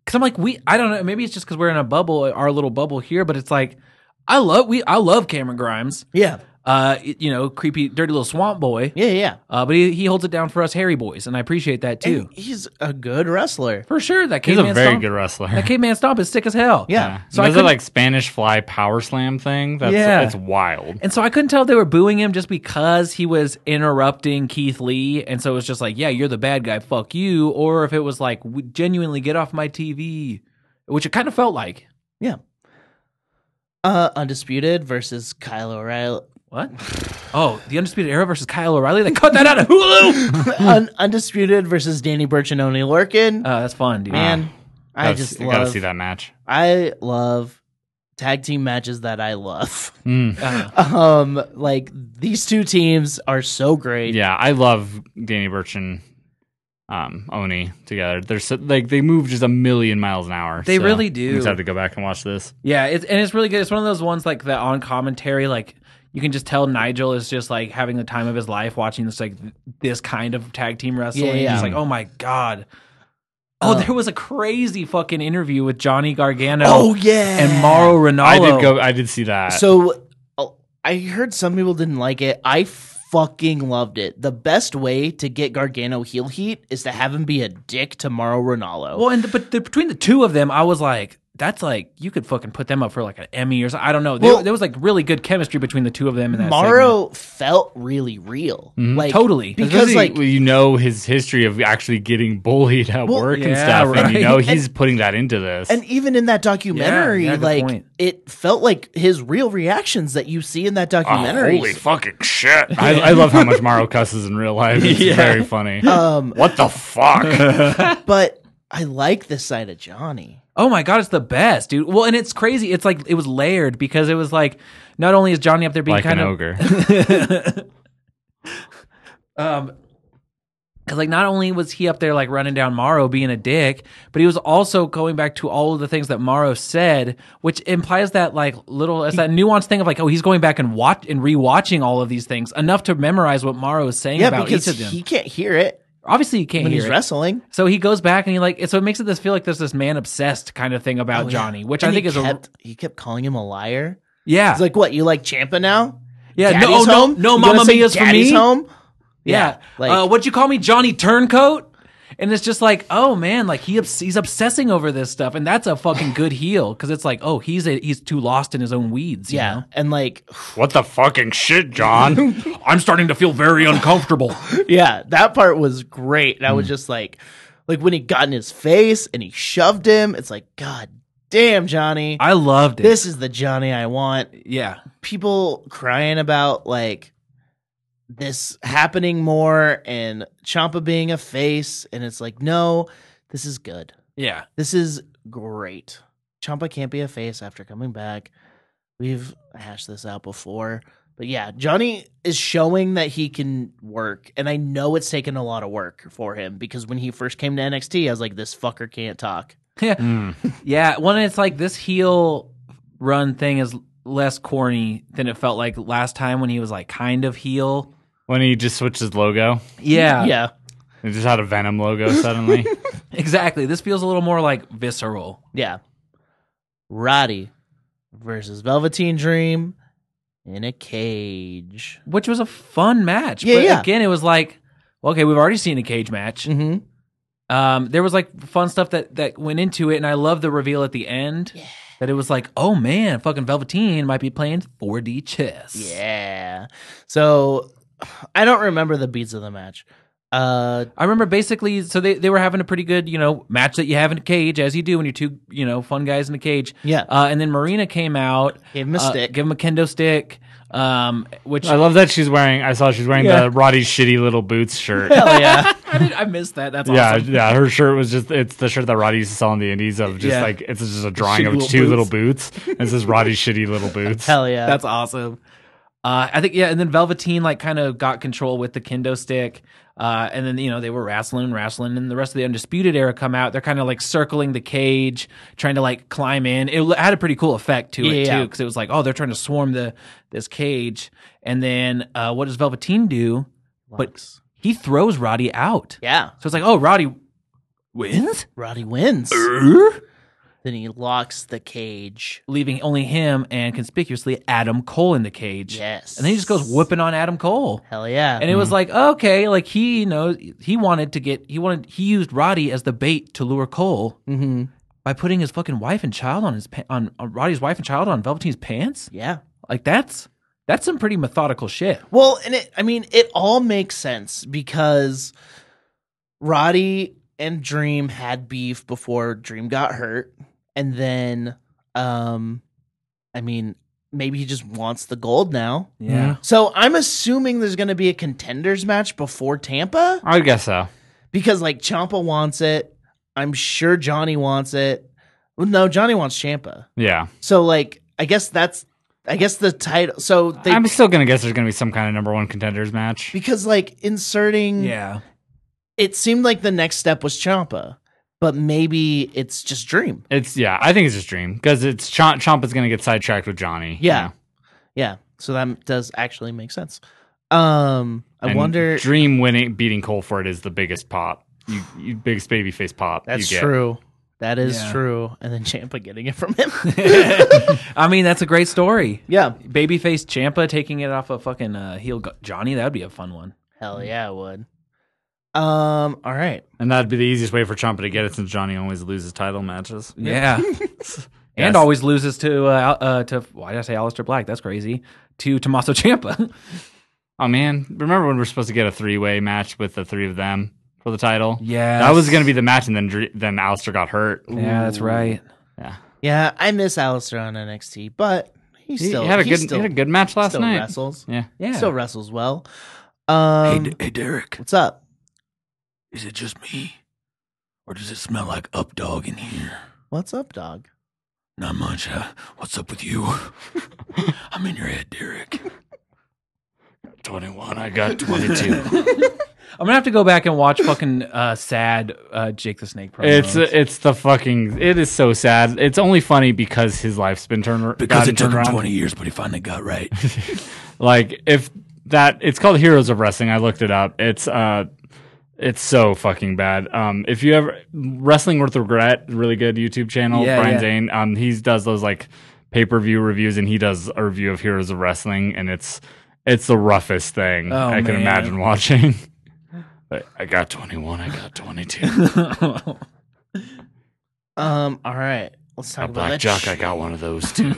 Speaker 1: because I'm like we I don't know maybe it's just because we're in a bubble our little bubble here but it's like I love we I love Cameron Grimes
Speaker 2: Yeah,
Speaker 1: uh you know creepy dirty little swamp boy
Speaker 2: yeah, yeah.
Speaker 1: uh but he, he holds it down for us hairy boys and I appreciate that too
Speaker 2: And he's a good wrestler.
Speaker 1: for sure that
Speaker 3: he's a
Speaker 1: caveman
Speaker 3: very
Speaker 1: stomp,
Speaker 3: good wrestler. *laughs*
Speaker 1: that caveman stomp is sick as hell
Speaker 2: Yeah,
Speaker 1: So
Speaker 3: So
Speaker 1: I
Speaker 3: Those are
Speaker 1: couldn't-
Speaker 3: like Spanish fly power slam thing. That's
Speaker 1: Yeah.
Speaker 3: it's wild.
Speaker 1: And so I couldn't tell if they were booing him just because he was interrupting Keith Lee. And so it was just like, yeah, you're the bad guy, fuck you. Or if it was like, w- genuinely get off my TV, which it kind of felt like.
Speaker 2: Uh, undisputed versus Kyle
Speaker 1: *laughs*
Speaker 2: O'Reilly.
Speaker 1: What? Oh, the Undisputed Era versus Kyle O'Reilly? They cut that out of
Speaker 2: *laughs*
Speaker 1: Hulu!
Speaker 2: Un- undisputed versus Danny Burch and Oni Lurkin.
Speaker 1: Uh, that's fun, dude.
Speaker 2: Man, I
Speaker 3: Gotta
Speaker 2: just
Speaker 3: see- gotta
Speaker 2: love.
Speaker 3: see that match.
Speaker 2: I love tag team matches that I love. *laughs*
Speaker 3: Mm.
Speaker 1: Uh,
Speaker 2: um, like these two teams are so great.
Speaker 3: Yeah, I love Danny Burch and um, Oni together. They're so, like they move just a million miles an hour.
Speaker 1: They
Speaker 3: so
Speaker 1: really do.
Speaker 3: I'm excited to go back and watch this.
Speaker 1: yeah, it's, and it's really good. It's one of those ones like that on commentary, like, you can just tell Nigel is just like having the time of his life watching this like th- this kind of tag team wrestling.
Speaker 2: Yeah, yeah.
Speaker 1: He's like, oh my god. Oh,
Speaker 2: Uh,
Speaker 1: there was a crazy fucking interview with Johnny Gargano
Speaker 2: Oh yeah,
Speaker 1: and Mauro Ronaldo.
Speaker 3: I did go. I did see that.
Speaker 2: So oh, I heard some people didn't like it. I fucking loved it. The best way to get Gargano heel heat is to have him be a dick to Mauro Ronaldo.
Speaker 1: Well, and the, but the, between the two of them, I was like, that's like you could fucking put them up for like an Emmy or something. I don't know. There-
Speaker 2: Well-
Speaker 1: there, was like really good chemistry between the two of them in that segment.
Speaker 2: Mauro felt really real,
Speaker 3: Mhm.
Speaker 2: like
Speaker 1: Mm-hmm. Totally.
Speaker 2: because
Speaker 3: Especially
Speaker 2: like
Speaker 3: when you know his history of actually getting bullied at
Speaker 2: Well,
Speaker 3: work and
Speaker 1: yeah,
Speaker 3: stuff, and you
Speaker 1: right.
Speaker 3: know he's putting that into this.
Speaker 2: And even in that documentary,
Speaker 1: Yeah, yeah, good
Speaker 2: like
Speaker 1: point.
Speaker 2: it felt like his real reactions that you see in that
Speaker 1: Ah,
Speaker 2: documentary.
Speaker 3: Ah, fucking shit! I, I love how much Mario cusses in real life. It's very funny.
Speaker 2: um,
Speaker 3: What the fuck?
Speaker 2: but I like this side of Johnny.
Speaker 1: Oh my god, it's the best, dude. Well, and it's crazy. It's like it was layered because it was like not only is Johnny up there being
Speaker 3: like an
Speaker 1: kind of
Speaker 3: ogre.
Speaker 1: um because like not only was he up there like running down Morrow being a dick, but he was also going back to all of the things that Morrow said, which implies that like little it's that nuanced thing of like oh he's going back and watch and rewatching all of these things enough to memorize what Morrow is saying
Speaker 2: Yeah,
Speaker 1: about
Speaker 2: because
Speaker 1: each of them.
Speaker 2: he can't hear it
Speaker 1: Obviously, he can't
Speaker 2: when
Speaker 1: hear
Speaker 2: he's
Speaker 1: it.
Speaker 2: wrestling.
Speaker 1: So he goes back and he like so it makes it this feel like there's this man obsessed kind of thing about
Speaker 2: Oh, yeah.
Speaker 1: Johnny, which
Speaker 2: And
Speaker 1: I think
Speaker 2: he
Speaker 1: is
Speaker 2: kept,
Speaker 1: a
Speaker 2: he kept calling him a liar.
Speaker 1: yeah
Speaker 2: He's like, "What you like Champa now?
Speaker 1: yeah no oh,
Speaker 2: Daddy's
Speaker 1: no
Speaker 2: home?
Speaker 1: no
Speaker 2: You gonna
Speaker 1: Mamma
Speaker 2: say
Speaker 1: Mia's for
Speaker 2: Daddy's
Speaker 1: me
Speaker 2: home."
Speaker 1: Yeah.
Speaker 2: like
Speaker 1: uh, what'd you call me, Johnny Turncoat? And it's just like, oh man, like he obs- he's obsessing over this stuff, and that's a fucking good heel because it's like, oh, he's a, he's too lost in his own weeds. you
Speaker 2: yeah,
Speaker 1: know?
Speaker 2: and like
Speaker 3: *laughs*
Speaker 2: *sighs*
Speaker 3: what the fucking shit, John?
Speaker 1: I'm starting to feel very uncomfortable.
Speaker 2: yeah, that part was great. And I
Speaker 1: Mm.
Speaker 2: was just like, like when he got in his face and he shoved him. It's like, God damn, Johnny.
Speaker 1: *laughs* I loved it.
Speaker 2: this is the Johnny I want.
Speaker 1: yeah,
Speaker 2: People crying about like this happening more and Champa being a face, and it's like, no, this is good.
Speaker 1: yeah,
Speaker 2: This is great. Champa can't be a face after coming back. We've hashed this out before. But yeah, Johnny is showing that he can work. And I know it's taken a lot of work for him because when he first came to NXT, I was like, this fucker can't talk.
Speaker 3: Mm.
Speaker 1: yeah. When it's like this heel run thing is less corny than it felt like last time when he was like kind of heel.
Speaker 3: When he just switched his logo,
Speaker 1: Yeah,
Speaker 2: yeah.
Speaker 3: he just had a Venom
Speaker 2: *laughs*
Speaker 3: logo suddenly.
Speaker 1: *laughs* exactly. This feels a little more like visceral.
Speaker 2: Yeah. Roddy versus Velveteen Dream in a cage.
Speaker 1: which was a fun match.
Speaker 2: Yeah,
Speaker 1: but
Speaker 2: yeah.
Speaker 1: again, it was like, okay, we've already seen a cage match.
Speaker 2: Mm-hmm.
Speaker 1: Um, there was like fun stuff that that went into it, and I love the reveal at the end that it was like, oh man, fucking Velveteen might be playing 4D chess.
Speaker 2: Yeah. So *sighs* I don't remember the beats of the match. Uh,
Speaker 1: I remember basically, so they, they were having a pretty good, you know, match that you have in a cage, as you do when you're two, you know, fun guys in a cage.
Speaker 2: yeah.
Speaker 1: Uh, and then Marina came out,
Speaker 2: Gave him a
Speaker 1: uh,
Speaker 2: stick.
Speaker 1: give him a kendo stick, um, which
Speaker 3: I love that she's wearing. I saw she's wearing
Speaker 1: Yeah.
Speaker 3: the Roddy's shitty little boots shirt.
Speaker 1: *laughs*
Speaker 2: Hell yeah.
Speaker 1: I, did, I missed that. That's
Speaker 3: *laughs* Yeah,
Speaker 1: awesome.
Speaker 3: yeah. Her shirt was just it's the shirt that Roddy used to sell in the indies of just
Speaker 1: Yeah.
Speaker 3: like it's just a drawing
Speaker 2: Shitty
Speaker 3: of
Speaker 2: little
Speaker 3: two
Speaker 2: boots.
Speaker 3: little boots. And it says Roddy's
Speaker 2: *laughs*
Speaker 3: shitty little boots.
Speaker 2: Hell
Speaker 1: *laughs*
Speaker 2: yeah.
Speaker 1: That's awesome. Uh, I think yeah, and then Velveteen like kind of got control with the kendo stick, uh, and then you know they were wrestling and wrestling, and the rest of the Undisputed Era come out. They're kind of like circling the cage, trying to like climb in. It l- had a pretty cool effect to it
Speaker 2: Yeah.
Speaker 1: too, because it was like oh they're trying to swarm the this cage, and then uh, what does Velveteen do?
Speaker 2: Lux.
Speaker 1: He throws Roddy out.
Speaker 2: yeah.
Speaker 1: So it's like oh Roddy wins,
Speaker 2: *laughs* Roddy wins. Then he locks the cage.
Speaker 1: leaving only him and conspicuously Adam Cole in the cage.
Speaker 2: Yes.
Speaker 1: and then he just goes whooping on Adam Cole.
Speaker 2: Hell yeah.
Speaker 1: And it was like, okay, like he knows he wanted to get he wanted he used Roddy as the bait to lure Cole
Speaker 2: mm-hmm.
Speaker 1: by putting his fucking wife and child on his pa- on, on Roddy's wife and child on Velveteen's pants.
Speaker 2: Yeah.
Speaker 1: Like that's that's some pretty methodical shit.
Speaker 2: Well, and it I mean, it all makes sense because Roddy and Dream had beef before Dream got hurt. And then um I mean, maybe he just wants the gold now.
Speaker 1: Yeah.
Speaker 2: So I'm assuming there's gonna be a contenders match before Tampa.
Speaker 3: I guess so.
Speaker 2: because like Champa wants it. I'm sure Johnny wants it. Well, no, Johnny wants Champa.
Speaker 3: Yeah.
Speaker 2: So like, I guess that's, I guess the title. So they
Speaker 3: I'm still gonna guess there's gonna be some kind of number one contenders match.
Speaker 2: because like inserting.
Speaker 1: Yeah.
Speaker 2: It seemed like the next step was Champa, but maybe it's just Dream.
Speaker 3: It's yeah, I think it's just dream because it's Chomp Chompa's gonna get sidetracked with Johnny.
Speaker 2: Yeah. Yeah. So that does actually make sense. Um, I
Speaker 3: And
Speaker 2: wonder.
Speaker 3: Dream winning beating Colford is the biggest pop. You, you biggest baby face pop.
Speaker 2: That's
Speaker 3: you get.
Speaker 2: true. That is
Speaker 1: Yeah.
Speaker 2: true. And then Champa getting it from
Speaker 3: *laughs*
Speaker 2: him.
Speaker 1: *laughs* I mean, that's a great story.
Speaker 2: yeah.
Speaker 1: Babyface Champa taking it off of fucking uh, heel Go- Johnny. That would be a fun one.
Speaker 2: Hell yeah, it would. Um. All right.
Speaker 3: And that'd be the easiest way for Champa to get it since Johnny always loses title matches.
Speaker 1: Yeah. *laughs*
Speaker 3: Yes.
Speaker 1: And always loses to uh, Al- uh to why did I say Alistair Black? That's crazy. To Tommaso Champa.
Speaker 3: Oh man, remember when we were supposed to get a three way match with the three of them for the title?
Speaker 1: yeah,
Speaker 3: That was gonna be the match, and then Dr- then Alistair got hurt.
Speaker 1: *laughs* Yeah, that's right.
Speaker 3: Yeah,
Speaker 2: Yeah, I miss Alistair on NXT, but he
Speaker 3: he,
Speaker 2: still
Speaker 3: had a
Speaker 2: he
Speaker 3: good
Speaker 2: still,
Speaker 3: he had a good match last
Speaker 2: still
Speaker 3: night.
Speaker 2: wrestles.
Speaker 3: Yeah,
Speaker 1: Yeah,
Speaker 2: Still wrestles well. Um.
Speaker 4: hey, D- hey, Derek,
Speaker 2: what's up?
Speaker 4: is it just me? Or does it smell like up dog in here?
Speaker 2: What's up, dog?
Speaker 4: Not much. Uh, what's up with you?
Speaker 1: *laughs*
Speaker 4: I'm in your head, Derek.
Speaker 1: *laughs*
Speaker 3: twenty one.
Speaker 2: *laughs*
Speaker 3: I got twenty two.
Speaker 1: I'm gonna have to go back and watch fucking uh, sad uh, Jake the Snake promos.
Speaker 3: it's uh, it's the fucking. It is so sad. It's only funny because his life's been turned
Speaker 4: Because
Speaker 3: gotten
Speaker 4: it took
Speaker 3: turned
Speaker 4: him
Speaker 3: around.
Speaker 4: 20 years, but he finally
Speaker 1: *laughs*
Speaker 4: got right.
Speaker 3: Like if that it's called Heroes of Wrestling. I looked it up. It's uh it's so fucking bad. Um if you ever Wrestling with Regret, really good YouTube channel,
Speaker 1: Yeah,
Speaker 3: Brian
Speaker 1: yeah.
Speaker 3: Zane. Um he does those like pay-per-view reviews and he does a review of Heroes of Wrestling and it's it's the roughest thing
Speaker 1: Oh,
Speaker 3: I can
Speaker 1: man.
Speaker 3: imagine watching. *laughs* But I got 21, I got 22.
Speaker 1: *laughs*
Speaker 2: Um. All right. Let's talk
Speaker 3: a
Speaker 2: about that.
Speaker 3: black jock,
Speaker 2: sh-
Speaker 3: I got one of those too.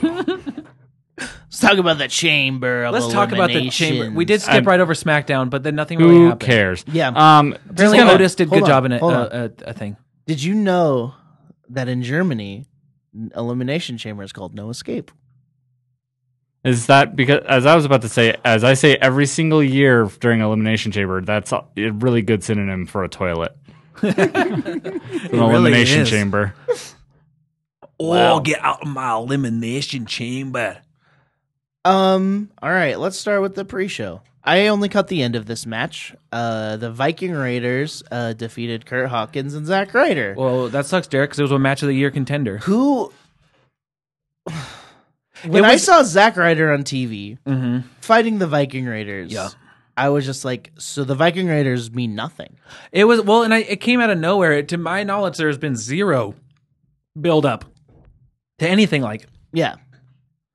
Speaker 2: Let's talk about the chamber. Of
Speaker 1: Let's talk about the chamber. We did Uh, skip
Speaker 3: I'm-
Speaker 1: right over SmackDown, but then nothing really
Speaker 3: Who
Speaker 1: happened.
Speaker 3: cares?
Speaker 2: Yeah.
Speaker 3: Um just
Speaker 1: Apparently,
Speaker 3: gonna-
Speaker 1: Otis did
Speaker 2: hold
Speaker 1: good
Speaker 2: on,
Speaker 1: job in Uh, a,
Speaker 2: hold
Speaker 1: a, a, a thing.
Speaker 2: Did you know that in Germany, elimination chamber is called no escape?
Speaker 3: Is that because, as I was about to say, as I say every single year during Elimination Chamber, that's a a really good synonym for a toilet. An Elimination
Speaker 1: is.
Speaker 3: Chamber.
Speaker 2: Wow.
Speaker 4: get out of my elimination chamber.
Speaker 2: Um. All right. Let's start with the pre-show. I only caught the end of this match. Uh, the Viking Raiders uh, defeated Kurt Hawkins and Zack Ryder.
Speaker 1: Well, that sucks, Derek, because it was a match of the year contender. *sighs*
Speaker 2: *laughs* who? When I
Speaker 1: was-
Speaker 2: saw Zack Ryder on TV
Speaker 1: Mm-hmm.
Speaker 2: fighting the Viking Raiders,
Speaker 1: Yeah.
Speaker 2: I was just like, so the Viking Raiders mean nothing.
Speaker 1: It was well, and I, it came out of nowhere. It, to my knowledge, there has been zero build up to anything like
Speaker 2: Yeah.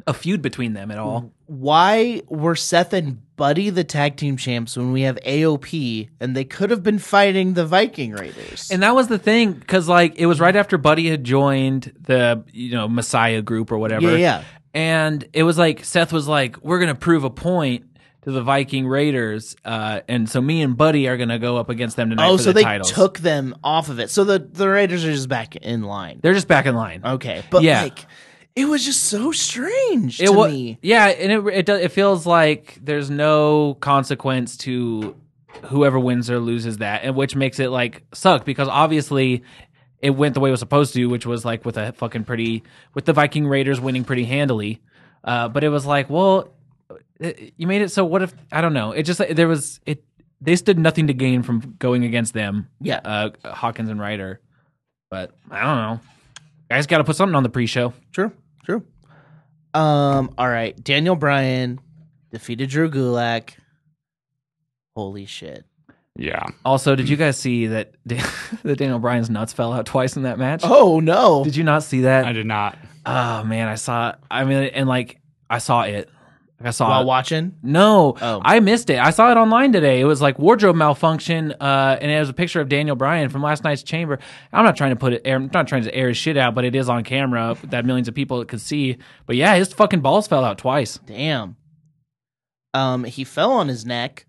Speaker 1: a feud between them at
Speaker 2: Mm.
Speaker 1: all.
Speaker 2: why were Seth and Buddy the tag team champs when we have AOP and they could have been fighting the Viking Raiders?
Speaker 1: And that was the thing because like it was right after Buddy had joined the you know Messiah group or whatever.
Speaker 2: Yeah, yeah.
Speaker 1: And it was like Seth was like, "We're gonna prove a point." To the Viking Raiders, uh, and so me and Buddy are gonna go up against them tonight.
Speaker 2: oh,
Speaker 1: for
Speaker 2: so
Speaker 1: the
Speaker 2: they
Speaker 1: titles.
Speaker 2: took them off of it. So the, the Raiders are just back in line.
Speaker 1: They're just back in line.
Speaker 2: Okay. But
Speaker 1: Yeah.
Speaker 2: like it was just so strange
Speaker 1: it
Speaker 2: to
Speaker 1: wa-
Speaker 2: me.
Speaker 1: Yeah, and it it, do, it feels like there's no consequence to whoever wins or loses that, and which makes it like suck because obviously it went the way it was supposed to, which was like with a fucking pretty with the Viking Raiders winning pretty handily. Uh, but it was like, well, it, you made it so what if I don't know? It just there was it they stood nothing to gain from going against them.
Speaker 2: Yeah.
Speaker 1: uh, Hawkins and Ryder, but I don't know. Guys, got to put something on the pre-show.
Speaker 2: True. True. Um, all right. Daniel Bryan defeated Drew Gulak. Holy shit.
Speaker 3: Yeah.
Speaker 1: Also, did you guys see that *laughs* that Daniel Bryan's nuts fell out twice in that match?
Speaker 2: Oh no.
Speaker 1: Did you not see that?
Speaker 3: *laughs* I did not.
Speaker 1: oh man, I saw. I mean, and like I saw it. Like I saw.
Speaker 2: While
Speaker 1: it.
Speaker 2: watching?
Speaker 1: No,
Speaker 2: Oh.
Speaker 1: I missed it. I saw it online today. It was like wardrobe malfunction, uh, and it was a picture of Daniel Bryan from last night's chamber. I'm not trying to put it. air- I'm not trying to air his shit out, but it is on camera that millions of people could see. But yeah, his fucking balls fell out twice.
Speaker 2: Damn. Um, he fell on his neck.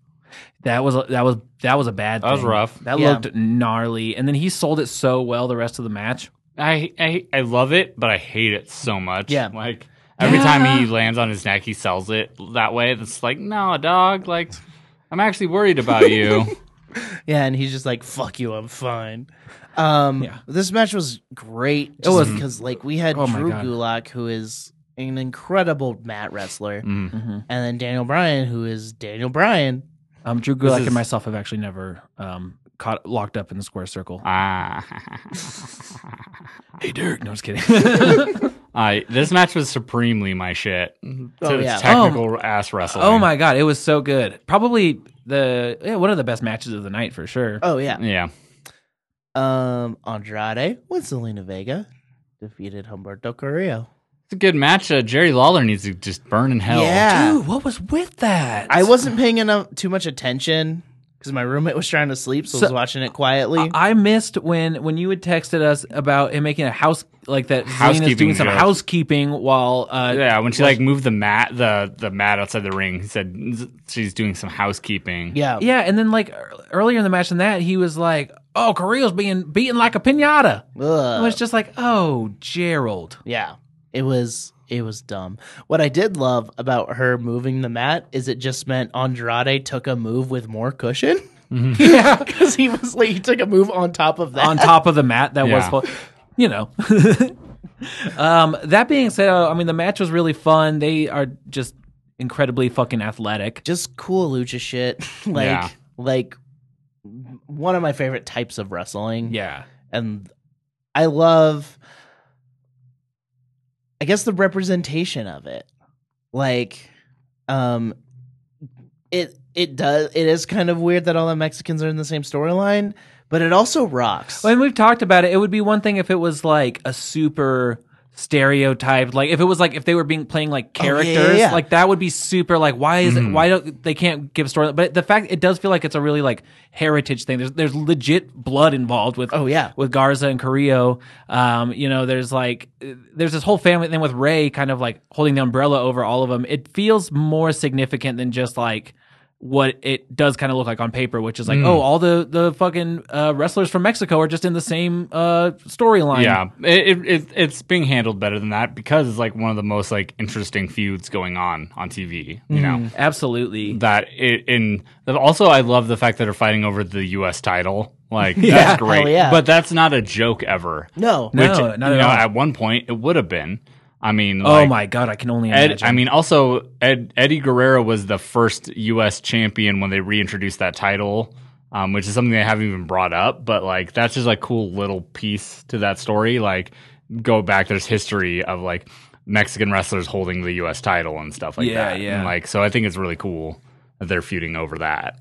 Speaker 1: That was that was that was a bad.
Speaker 3: That was
Speaker 1: thing.
Speaker 3: rough.
Speaker 1: That
Speaker 2: Yeah.
Speaker 1: looked gnarly, and then he sold it so well the rest of the match.
Speaker 3: I, I I love it, but I hate it so much.
Speaker 2: Yeah.
Speaker 3: Like every time he lands on his neck, he sells it that way. That's like, no, dog. Like, I'm actually worried about you.
Speaker 2: *laughs* Yeah, and he's just like, "Fuck you, I'm fine." Um,
Speaker 1: Yeah.
Speaker 2: this match was great. It
Speaker 1: was-
Speaker 2: because like we had
Speaker 1: Oh my
Speaker 2: Drew
Speaker 1: God.
Speaker 2: Gulak, who is an incredible mat wrestler,
Speaker 3: Mm.
Speaker 1: Mm-hmm.
Speaker 2: and then Daniel Bryan, who is Daniel Bryan.
Speaker 1: Um, Drew Gulak
Speaker 3: is-
Speaker 1: and myself have actually never um, caught locked up in the square circle.
Speaker 3: Ah. *laughs*
Speaker 4: Hey,
Speaker 1: *laughs* No,
Speaker 4: Derek,
Speaker 1: *laughs*
Speaker 4: no,
Speaker 1: I'm just kidding.
Speaker 3: I this match was supremely my shit.
Speaker 2: Oh,
Speaker 3: to
Speaker 2: yeah.
Speaker 3: its technical ass wrestling.
Speaker 1: Oh my god, it was so good. Probably the yeah, one of the best matches of the night for sure.
Speaker 2: Oh yeah.
Speaker 3: Yeah.
Speaker 2: Um, Andrade with Selena Vega defeated Humberto Carrillo.
Speaker 3: It's a good match. Uh, Jerry Lawler needs to just burn in hell.
Speaker 2: Yeah.
Speaker 1: Dude, what was with that?
Speaker 2: I wasn't paying enough too much attention because my roommate was trying to sleep, so, I was
Speaker 1: So-
Speaker 2: watching it quietly.
Speaker 1: I- I missed when when you had texted us about him making a house like that. Helena's
Speaker 3: Housekeeping
Speaker 1: doing some
Speaker 3: joke.
Speaker 1: housekeeping while uh,
Speaker 3: Yeah, when she like moved the mat, the the mat outside the ring, he said "Z- she's doing some housekeeping.
Speaker 2: yeah.
Speaker 1: Yeah, and then like ear- earlier in the match than that, he was like, "Oh, Carrillo's being beaten like a pinata."
Speaker 2: Ugh.
Speaker 1: It was just like, "Oh, Gerald." *laughs*
Speaker 2: Yeah. It was it was dumb. What I did love about her moving the mat is it just meant Andrade took a move with more cushion. *laughs*
Speaker 1: Mm-hmm. Yeah,
Speaker 2: Because he was like he took a move on top of
Speaker 1: *laughs*
Speaker 2: that.
Speaker 1: on top of the mat that was,
Speaker 3: Yeah.
Speaker 1: full- you know. *laughs* um, that being said, uh, I mean the match was really fun. They are just incredibly fucking athletic.
Speaker 2: just cool lucha shit. *laughs* like
Speaker 3: Yeah.
Speaker 2: like one of my favorite types of wrestling.
Speaker 1: Yeah,
Speaker 2: And I love I guess the representation of it. Like um it it does it is kind of weird that all the Mexicans are in the same storyline, but it also rocks.
Speaker 1: Well, and we've talked about it. It would be one thing if it was like a super stereotyped, like if it was like if they were being playing like
Speaker 2: Oh, yeah, yeah,
Speaker 1: characters,
Speaker 2: yeah.
Speaker 1: like that would be super. Like, why is it? Why don't they can't give story? But the fact it does feel like it's a really like heritage thing. There's there's legit blood involved with.
Speaker 2: Oh, yeah.
Speaker 1: with Garza and Carrillo. Um, you know, there's like uh, there's this whole family thing with Ray kind of like holding the umbrella over all of them. It feels more significant than just like what it does kind of look like on paper, which
Speaker 3: Mm.
Speaker 1: is like, oh, all the the fucking uh, wrestlers from Mexico are just in the same uh, storyline.
Speaker 3: yeah. It, it, it it's being handled better than that because it's like one of the most like interesting feuds going on on TV.
Speaker 2: Mm-hmm.
Speaker 3: You know
Speaker 1: absolutely.
Speaker 3: that it in also I love the fact that they're fighting over the U.S. title.
Speaker 2: *laughs*
Speaker 3: Like
Speaker 2: Yeah,
Speaker 3: that's great,
Speaker 2: hell yeah.
Speaker 3: but that's not a joke ever.
Speaker 2: no.
Speaker 1: No,
Speaker 3: Which,
Speaker 1: not
Speaker 3: you
Speaker 1: at
Speaker 3: know,
Speaker 1: all.
Speaker 3: At one point, it would have been. I mean,
Speaker 1: oh
Speaker 3: like,
Speaker 1: my god, I can only imagine.
Speaker 3: Ed, I mean, also Ed, Eddie Guerrero was the first U.S. champion when they reintroduced that title, um, which is something they haven't even brought up. But like, that's just a cool little piece to that story. Like, go back, there's history of like Mexican wrestlers holding the U.S. title and stuff like
Speaker 1: Yeah,
Speaker 3: that.
Speaker 1: yeah.
Speaker 3: And, like, so I think it's really cool that they're feuding over that.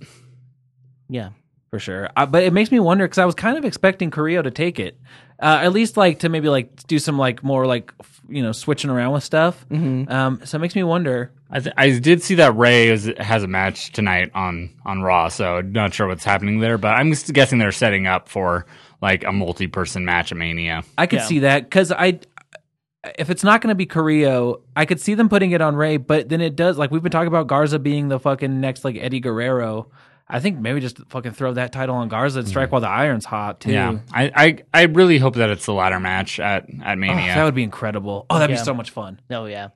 Speaker 2: Yeah.
Speaker 1: for sure. I, but it makes me wonder because I was kind of expecting Carrillo to take it, uh, at least like to maybe like do some like more like f- you know switching around with stuff.
Speaker 3: Mm-hmm.
Speaker 1: Um, so it makes me wonder.
Speaker 3: I, th- I did see that Ray is, has a match tonight on on Raw, so not sure what's happening there, but I'm just guessing they're setting up for like a multi-person match at Mania.
Speaker 1: I could
Speaker 2: Yeah.
Speaker 1: see that because I, if it's not going to be Carrillo, I could see them putting it on Ray. But then it does like we've been talking about Garza being the fucking next like Eddie Guerrero. I think maybe just fucking throw that title on Garza and strike while the iron's hot too.
Speaker 3: Mm. Yeah, I, I I really hope that it's the latter match at at
Speaker 1: Oh,
Speaker 3: Mania.
Speaker 1: that would be incredible. Oh, that'd
Speaker 2: Yeah.
Speaker 1: be so much fun.
Speaker 2: Oh yeah.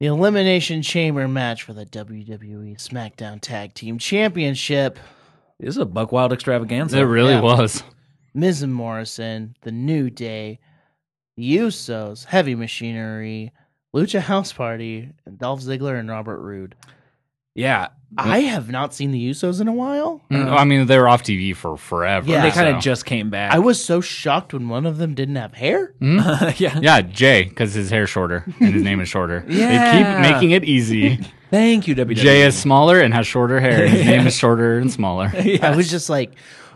Speaker 2: The Elimination Chamber match for the WWE SmackDown Tag Team Championship.
Speaker 1: This is a Buck Wild
Speaker 3: it
Speaker 1: extravaganza.
Speaker 3: really
Speaker 2: yeah.
Speaker 3: was. *laughs*
Speaker 2: Miz and Morrison, The New Day, The Usos, Heavy Machinery, Lucha House Party, and Dolph Ziggler and Robert Roode.
Speaker 1: Yeah,
Speaker 2: I have not seen the Usos in a while.
Speaker 3: Mm, I mean, they were off TV for forever.
Speaker 2: Yeah.
Speaker 1: Uh-huh. they kind
Speaker 3: so-
Speaker 1: of just came back. *laughs*
Speaker 2: I was so shocked when one of them didn't have hair.
Speaker 1: yeah.
Speaker 3: Yeah, Jay, because his hair's shorter and his name
Speaker 1: *laughs*
Speaker 3: is shorter.
Speaker 1: Yeah.
Speaker 3: They keep making
Speaker 1: *laughs*
Speaker 3: it easy.
Speaker 1: Thank you, E. WWE.
Speaker 3: Jay is smaller and has shorter
Speaker 1: *laughs*
Speaker 3: hair. and His name is shorter and smaller.
Speaker 2: I was just like,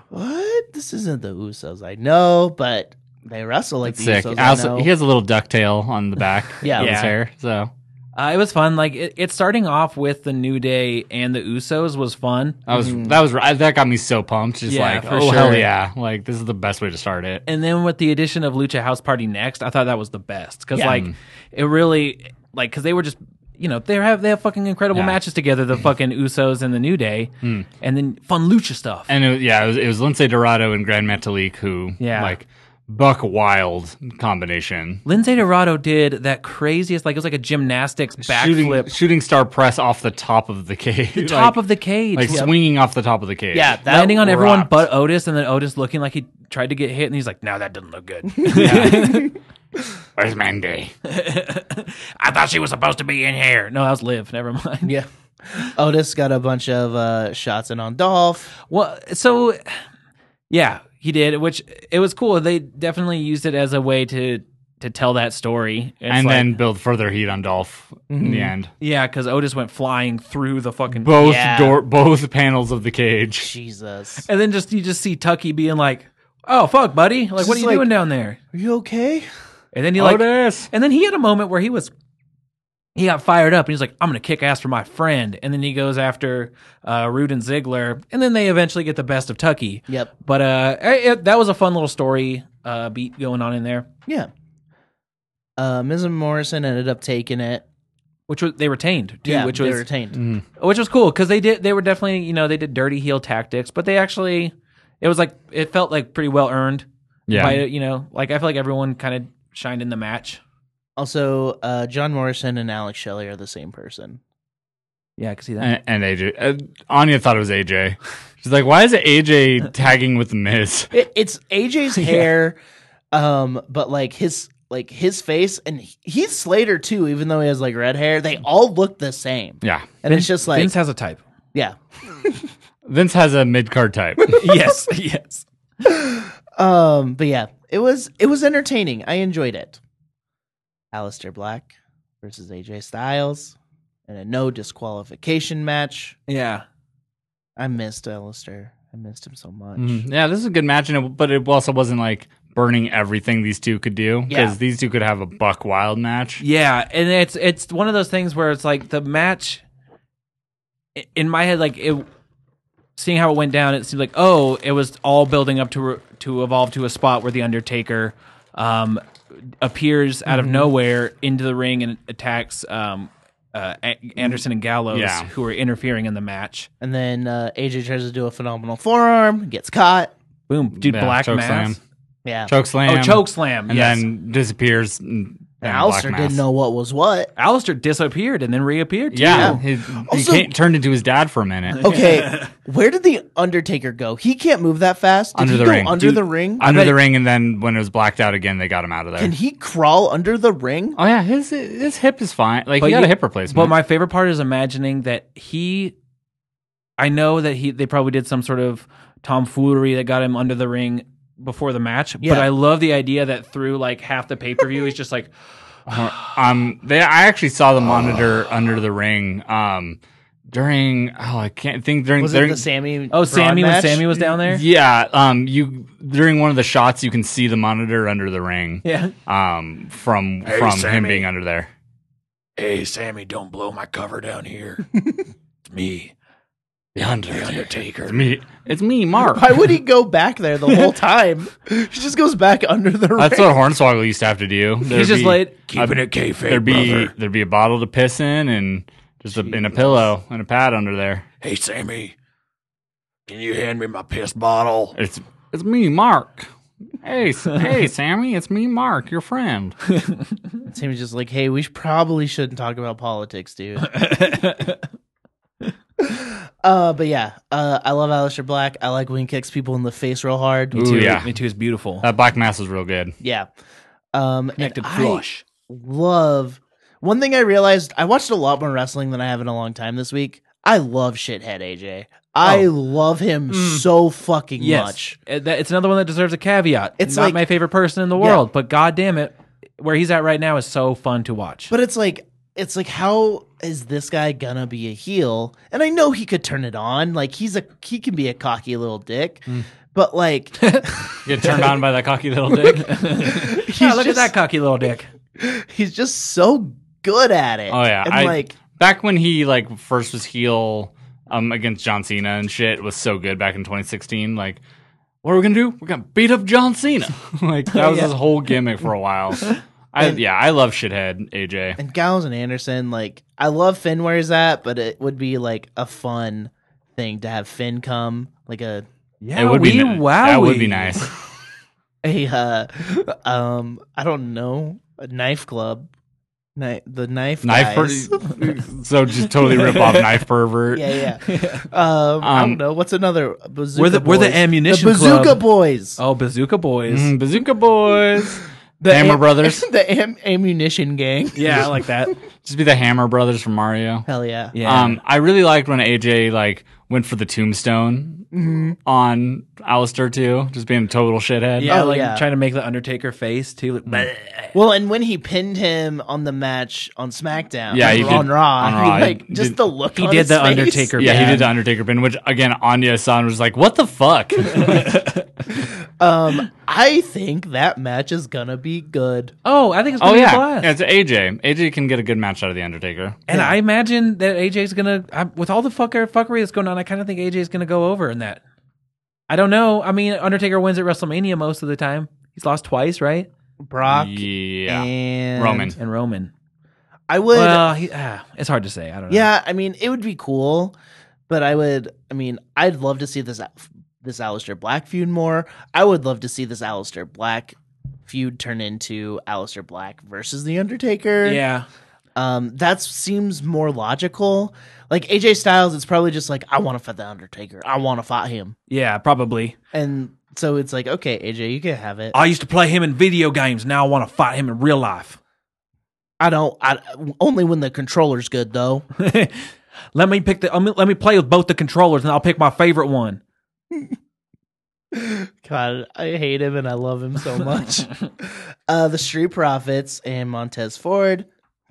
Speaker 2: what? This isn't the Usos. I know, but they wrestle like the
Speaker 3: Sick.
Speaker 2: Usos. I
Speaker 3: Also,
Speaker 2: know.
Speaker 3: he has a little ducktail on the back
Speaker 2: Yeah.
Speaker 3: of his
Speaker 1: *laughs* Yeah.
Speaker 3: hair. So
Speaker 1: Uh, it was fun. Like it, it starting off with the New Day and the Usos was fun.
Speaker 3: that was that was I- that got me so pumped. Just
Speaker 1: Mm-hmm. Yeah,
Speaker 3: like,
Speaker 1: for
Speaker 3: oh
Speaker 1: sure.
Speaker 3: hell yeah! Like this is the best way to start it.
Speaker 1: and then with the addition of Lucha House Party next, I thought that was the best because like it really like because they were just you know they have they have fucking incredible
Speaker 3: Yeah. Mm.
Speaker 1: matches together, the fucking Usos and the New Day, and then fun lucha stuff.
Speaker 3: And it, yeah, it was, it was Lindsay Dorado and Grand Metalik who,
Speaker 1: Yeah.
Speaker 3: like, buck wild combination.
Speaker 1: Lindsay Dorado did that craziest like it was like a gymnastics
Speaker 3: Shooting,
Speaker 1: backflip
Speaker 3: shooting star press off the top of the *laughs* cage. The
Speaker 1: top of the cage.
Speaker 3: Like swinging off the top of the cage.
Speaker 2: yeah,
Speaker 3: *laughs*
Speaker 2: that
Speaker 1: landing on everyone
Speaker 2: rocked.
Speaker 1: but Otis, and then Otis looking like he tried to get hit, and he's like, "No, that doesn't look
Speaker 3: *laughs*
Speaker 1: good." *laughs*
Speaker 3: Where's Mandy?
Speaker 1: I thought she was supposed to be in here. No, that was Liv. Never mind.
Speaker 2: Yeah. Otis got a bunch of uh, shots in on Dolph.
Speaker 1: Well, so yeah, he did, which it was cool. They definitely used it as a way to to tell that story. It's
Speaker 3: and
Speaker 1: like- Mm-hmm.
Speaker 3: then build further heat on Dolph in the end.
Speaker 1: yeah, because Otis went flying through the fucking
Speaker 3: Both
Speaker 2: Yeah.
Speaker 3: door, both panels of the cage.
Speaker 2: Jesus.
Speaker 1: and then just you just see Tucky being like, "Oh fuck, buddy! Like, what
Speaker 2: Just
Speaker 1: are you
Speaker 2: like-
Speaker 1: doing down there?"
Speaker 2: *laughs* Are you okay?
Speaker 1: And then he like,
Speaker 3: Otis.
Speaker 1: and then he had a moment where he was, he got fired up and he's like, "I'm gonna kick ass for my friend." And then he goes after uh, Rude and Ziggler, and then they eventually get the best of Tucky.
Speaker 2: Yep.
Speaker 1: But uh, eh, eh, that was a fun little story uh, beat going on in there,
Speaker 2: Yeah. Uh, Ms. Morrison ended up taking it.
Speaker 1: which was they retained too,
Speaker 2: yeah,
Speaker 1: which
Speaker 2: they
Speaker 1: was
Speaker 2: were retained.
Speaker 1: which was cool because they did they were definitely you know they did dirty heel tactics, but they actually it was like it felt like pretty well earned.
Speaker 3: Yeah.
Speaker 1: by, you know, like I feel like everyone kind of shined in the match.
Speaker 2: Also, uh, John Morrison and Alex Shelley are the same person.
Speaker 1: Yeah, I could see that.
Speaker 3: and, and AJ. Uh, Anya thought it was AJ. She's like, why is it AJ tagging with Miz?
Speaker 2: It, it's *laughs* AJ's hair, um, but like his like his face and he- he's Slater too. Even though he has like red hair, they all look the same.
Speaker 3: Yeah.
Speaker 2: And it's just like
Speaker 1: Vince has a type.
Speaker 2: yeah.
Speaker 3: Vince has a mid card type. *laughs*
Speaker 1: yes, yes.
Speaker 2: Um, but yeah, it was it was entertaining. I enjoyed it. Alistair Black versus AJ Styles in a no disqualification match.
Speaker 1: Yeah.
Speaker 2: I missed Alistair. I missed him so much.
Speaker 3: Mhm. Yeah, this is a good match, and it, but it also wasn't like burning everything these two could do
Speaker 2: Yeah.
Speaker 3: because these two could have a buck wild match.
Speaker 1: Yeah, and it's it's one of those things where it's like the match i- in my head like it seeing how it went down it seemed like oh, it was all building up to re- to evolve to a spot where the Undertaker um appears out of
Speaker 3: Mm-hmm.
Speaker 1: nowhere into the ring and attacks um uh, A- Anderson and Gallows
Speaker 3: Yeah.
Speaker 1: who are interfering in the match.
Speaker 2: And then uh, AJ tries to do a phenomenal forearm, gets caught.
Speaker 1: Boom, dude,
Speaker 3: Yeah,
Speaker 1: black
Speaker 3: choke
Speaker 1: mass.
Speaker 3: slam.
Speaker 2: Yeah.
Speaker 3: Choke slam.
Speaker 1: Oh, choke slam.
Speaker 3: And
Speaker 1: yes.
Speaker 3: then disappears. mm, And,
Speaker 2: And
Speaker 3: and
Speaker 2: Alistair
Speaker 3: Black Mass.
Speaker 2: didn't know what was what.
Speaker 1: Alistair disappeared and then reappeared. Too.
Speaker 3: Yeah, he, he
Speaker 2: Also- Oh,
Speaker 3: can't- turned into his dad for a
Speaker 1: *laughs*
Speaker 3: minute.
Speaker 2: Okay, where did the Undertaker go? He can't move that fast. Did
Speaker 3: Under
Speaker 2: he
Speaker 3: the
Speaker 2: go
Speaker 3: ring.
Speaker 2: Under
Speaker 3: Dude,
Speaker 2: the ring.
Speaker 3: Under the ring, and then when it was blacked out again, they got him out of there.
Speaker 2: Can he crawl under the ring?
Speaker 3: oh yeah, his his hip is fine. Like
Speaker 1: But
Speaker 3: he got
Speaker 1: you-
Speaker 3: a hip replacement.
Speaker 1: But my favorite part is imagining that he. I know that he they probably did some sort of tomfoolery that got him under the ring before the match.
Speaker 2: Yeah.
Speaker 1: But I love the idea that through like half the pay per view, he's just like,
Speaker 3: Um, they I actually saw the monitor under the ring. Um, during oh I can't think during
Speaker 2: Was it
Speaker 3: during
Speaker 2: the Sammy?
Speaker 1: "Oh,
Speaker 2: Braun
Speaker 1: Sammy
Speaker 2: match?
Speaker 1: when
Speaker 2: *laughs*
Speaker 1: Sammy was down there."
Speaker 3: yeah um you during one of the shots you can see the monitor under the ring
Speaker 1: Yeah.
Speaker 3: um from
Speaker 4: Hey,
Speaker 3: from him
Speaker 4: Sammy.
Speaker 3: being under there.
Speaker 4: Hey, Sammy, don't blow my cover down here. it's me,
Speaker 3: The under
Speaker 4: The Undertaker.
Speaker 3: It's me. It's me, Mark.
Speaker 4: *laughs*
Speaker 2: Why would he go back there the
Speaker 3: *laughs*
Speaker 2: whole time? he just goes back under the ring.
Speaker 3: That's what Hornswoggle used to have to do.
Speaker 1: He's
Speaker 3: There'd
Speaker 1: just
Speaker 3: be- *laughs*
Speaker 1: like, *laughs*
Speaker 4: Keeping it kayfabe,
Speaker 3: there'd be
Speaker 4: brother.
Speaker 3: there'd be a bottle to piss in and just a, and a pillow and a pad under there.
Speaker 4: Hey, Sammy, can you hand me my piss bottle?
Speaker 3: It's it's me, Mark. Hey, S-
Speaker 4: *laughs*
Speaker 3: hey, Sammy, it's me, Mark, your friend.
Speaker 2: Sammy's just like, hey, we sh- probably shouldn't talk about politics, dude. *laughs* uh, but yeah, uh, I love Aleister Black. I like when he kicks people in the face real hard.
Speaker 3: Ooh, yeah. Uh,
Speaker 1: Me too is beautiful.
Speaker 3: That black mass was real good.
Speaker 2: Yeah. Um, and
Speaker 1: Connected
Speaker 2: I
Speaker 1: flush.
Speaker 2: love one thing I realized. I watched a lot more wrestling than I have in a long time this week. I love shithead AJ. I love him so fucking
Speaker 1: Oh. Mm. Yes.
Speaker 2: much.
Speaker 1: Uh, that- It's another one that deserves a caveat.
Speaker 2: It's
Speaker 1: It's not
Speaker 2: like-
Speaker 1: my favorite person in the world, but god damn it, where he's at right now is so fun to watch.
Speaker 2: But it's like it's like how is this guy gonna be a heel? And I know he could turn it on. Like he's a he can be a cocky little dick.
Speaker 1: Mm.
Speaker 2: But like
Speaker 1: *laughs*
Speaker 3: Get turned on by that cocky little dick.
Speaker 2: he's
Speaker 1: yeah, look at
Speaker 2: just,
Speaker 1: that cocky little dick.
Speaker 2: he's just so good at it.
Speaker 3: Oh yeah,
Speaker 2: And
Speaker 3: I,
Speaker 2: like
Speaker 3: back when he like first was heel um against John Cena and shit it was so good back in 2016. Like, what are we gonna do? We're gonna beat up John Cena. *laughs* like that was his whole gimmick for a
Speaker 2: *laughs*
Speaker 3: while. I yeah, I love shithead AJ.
Speaker 2: and Gallows and Anderson, like I love Finn where he's at, but it would be like a fun thing to have Finn come, like a *laughs*
Speaker 1: Yeah,
Speaker 3: it would
Speaker 1: we
Speaker 3: be ni- that would
Speaker 1: wowie.
Speaker 3: be nice.
Speaker 2: a uh, um I don't know, a knife club. Knife, the knife
Speaker 3: Knife
Speaker 2: guys.
Speaker 3: pervert. so just totally rip
Speaker 2: *laughs*
Speaker 3: off knife pervert.
Speaker 2: Yeah, yeah. Um, I don't
Speaker 3: Um,
Speaker 2: know. What's another bazooka?
Speaker 1: We're the- we're the
Speaker 2: Boys?
Speaker 1: ammunition
Speaker 2: The bazooka
Speaker 1: club.
Speaker 2: boys. *laughs*
Speaker 1: Oh, Bazooka Boys.
Speaker 3: Mm, bazooka boys.
Speaker 2: the
Speaker 3: Hammer
Speaker 2: am-
Speaker 3: Brothers.
Speaker 2: the am- ammunition gang.
Speaker 1: Yeah, I
Speaker 3: *laughs*
Speaker 1: like that.
Speaker 3: Just be the Hammer Brothers from Mario.
Speaker 2: Hell yeah. Uh,
Speaker 1: Yeah.
Speaker 3: Um, I really liked when AJ like went for the tombstone
Speaker 2: Mhm.
Speaker 3: on Alistair too, just being a total shithead.
Speaker 1: Yeah,
Speaker 2: Oh,
Speaker 1: like
Speaker 2: yeah.
Speaker 1: trying to make the Undertaker face too. Like, bleh.
Speaker 2: Well, and when he pinned him on the match on SmackDown,
Speaker 3: Yeah, he
Speaker 2: or
Speaker 3: did-
Speaker 2: on Raw,
Speaker 3: on Raw, he
Speaker 2: like
Speaker 3: did-
Speaker 2: just the look
Speaker 1: He
Speaker 2: on
Speaker 1: did
Speaker 2: his
Speaker 1: the
Speaker 2: face.
Speaker 1: Undertaker.
Speaker 3: Yeah, he
Speaker 1: bad.
Speaker 3: did the Undertaker pin, which again, Anya San was like, "What the fuck?"
Speaker 2: Um, I think that match is gonna be good.
Speaker 1: Oh, I think it's gonna
Speaker 3: oh
Speaker 1: be a
Speaker 3: *laughs* yeah,
Speaker 1: blast.
Speaker 3: yeah, it's AJ. AJ can get a good match out of the Undertaker.
Speaker 1: And I imagine that AJ's gonna, I, with all the fucker fuckery that's going on, I kind of think AJ's gonna go over in that. I don't know. I mean, Undertaker wins at WrestleMania most of the time. He's lost twice, right?
Speaker 2: Brock
Speaker 3: yeah,
Speaker 2: and
Speaker 3: Roman.
Speaker 1: And Roman.
Speaker 2: I would.
Speaker 1: well, he, ah, it's hard to say. I don't know.
Speaker 2: yeah, I mean, it would be cool, but I would. I mean, I'd love to see this this Alistair Black feud more. I would love to see this Alistair Black feud turn into Alistair Black versus the Undertaker.
Speaker 1: Yeah.
Speaker 2: Um, that seems more logical. Like AJ Styles, it's probably just like I want to fight the Undertaker. I want to fight him,
Speaker 1: Yeah, probably.
Speaker 2: and so it's like okay, AJ, you can have it.
Speaker 1: I used to play him in video games. Now I want to fight him in real life. *laughs*
Speaker 2: I don't. I only when the controller's good though.
Speaker 1: let me pick the. um, let me play with both the controllers, and I'll pick my favorite one.
Speaker 2: *laughs* God, I hate him and I love him so much. *laughs* uh, the Street Profits and Montez Ford.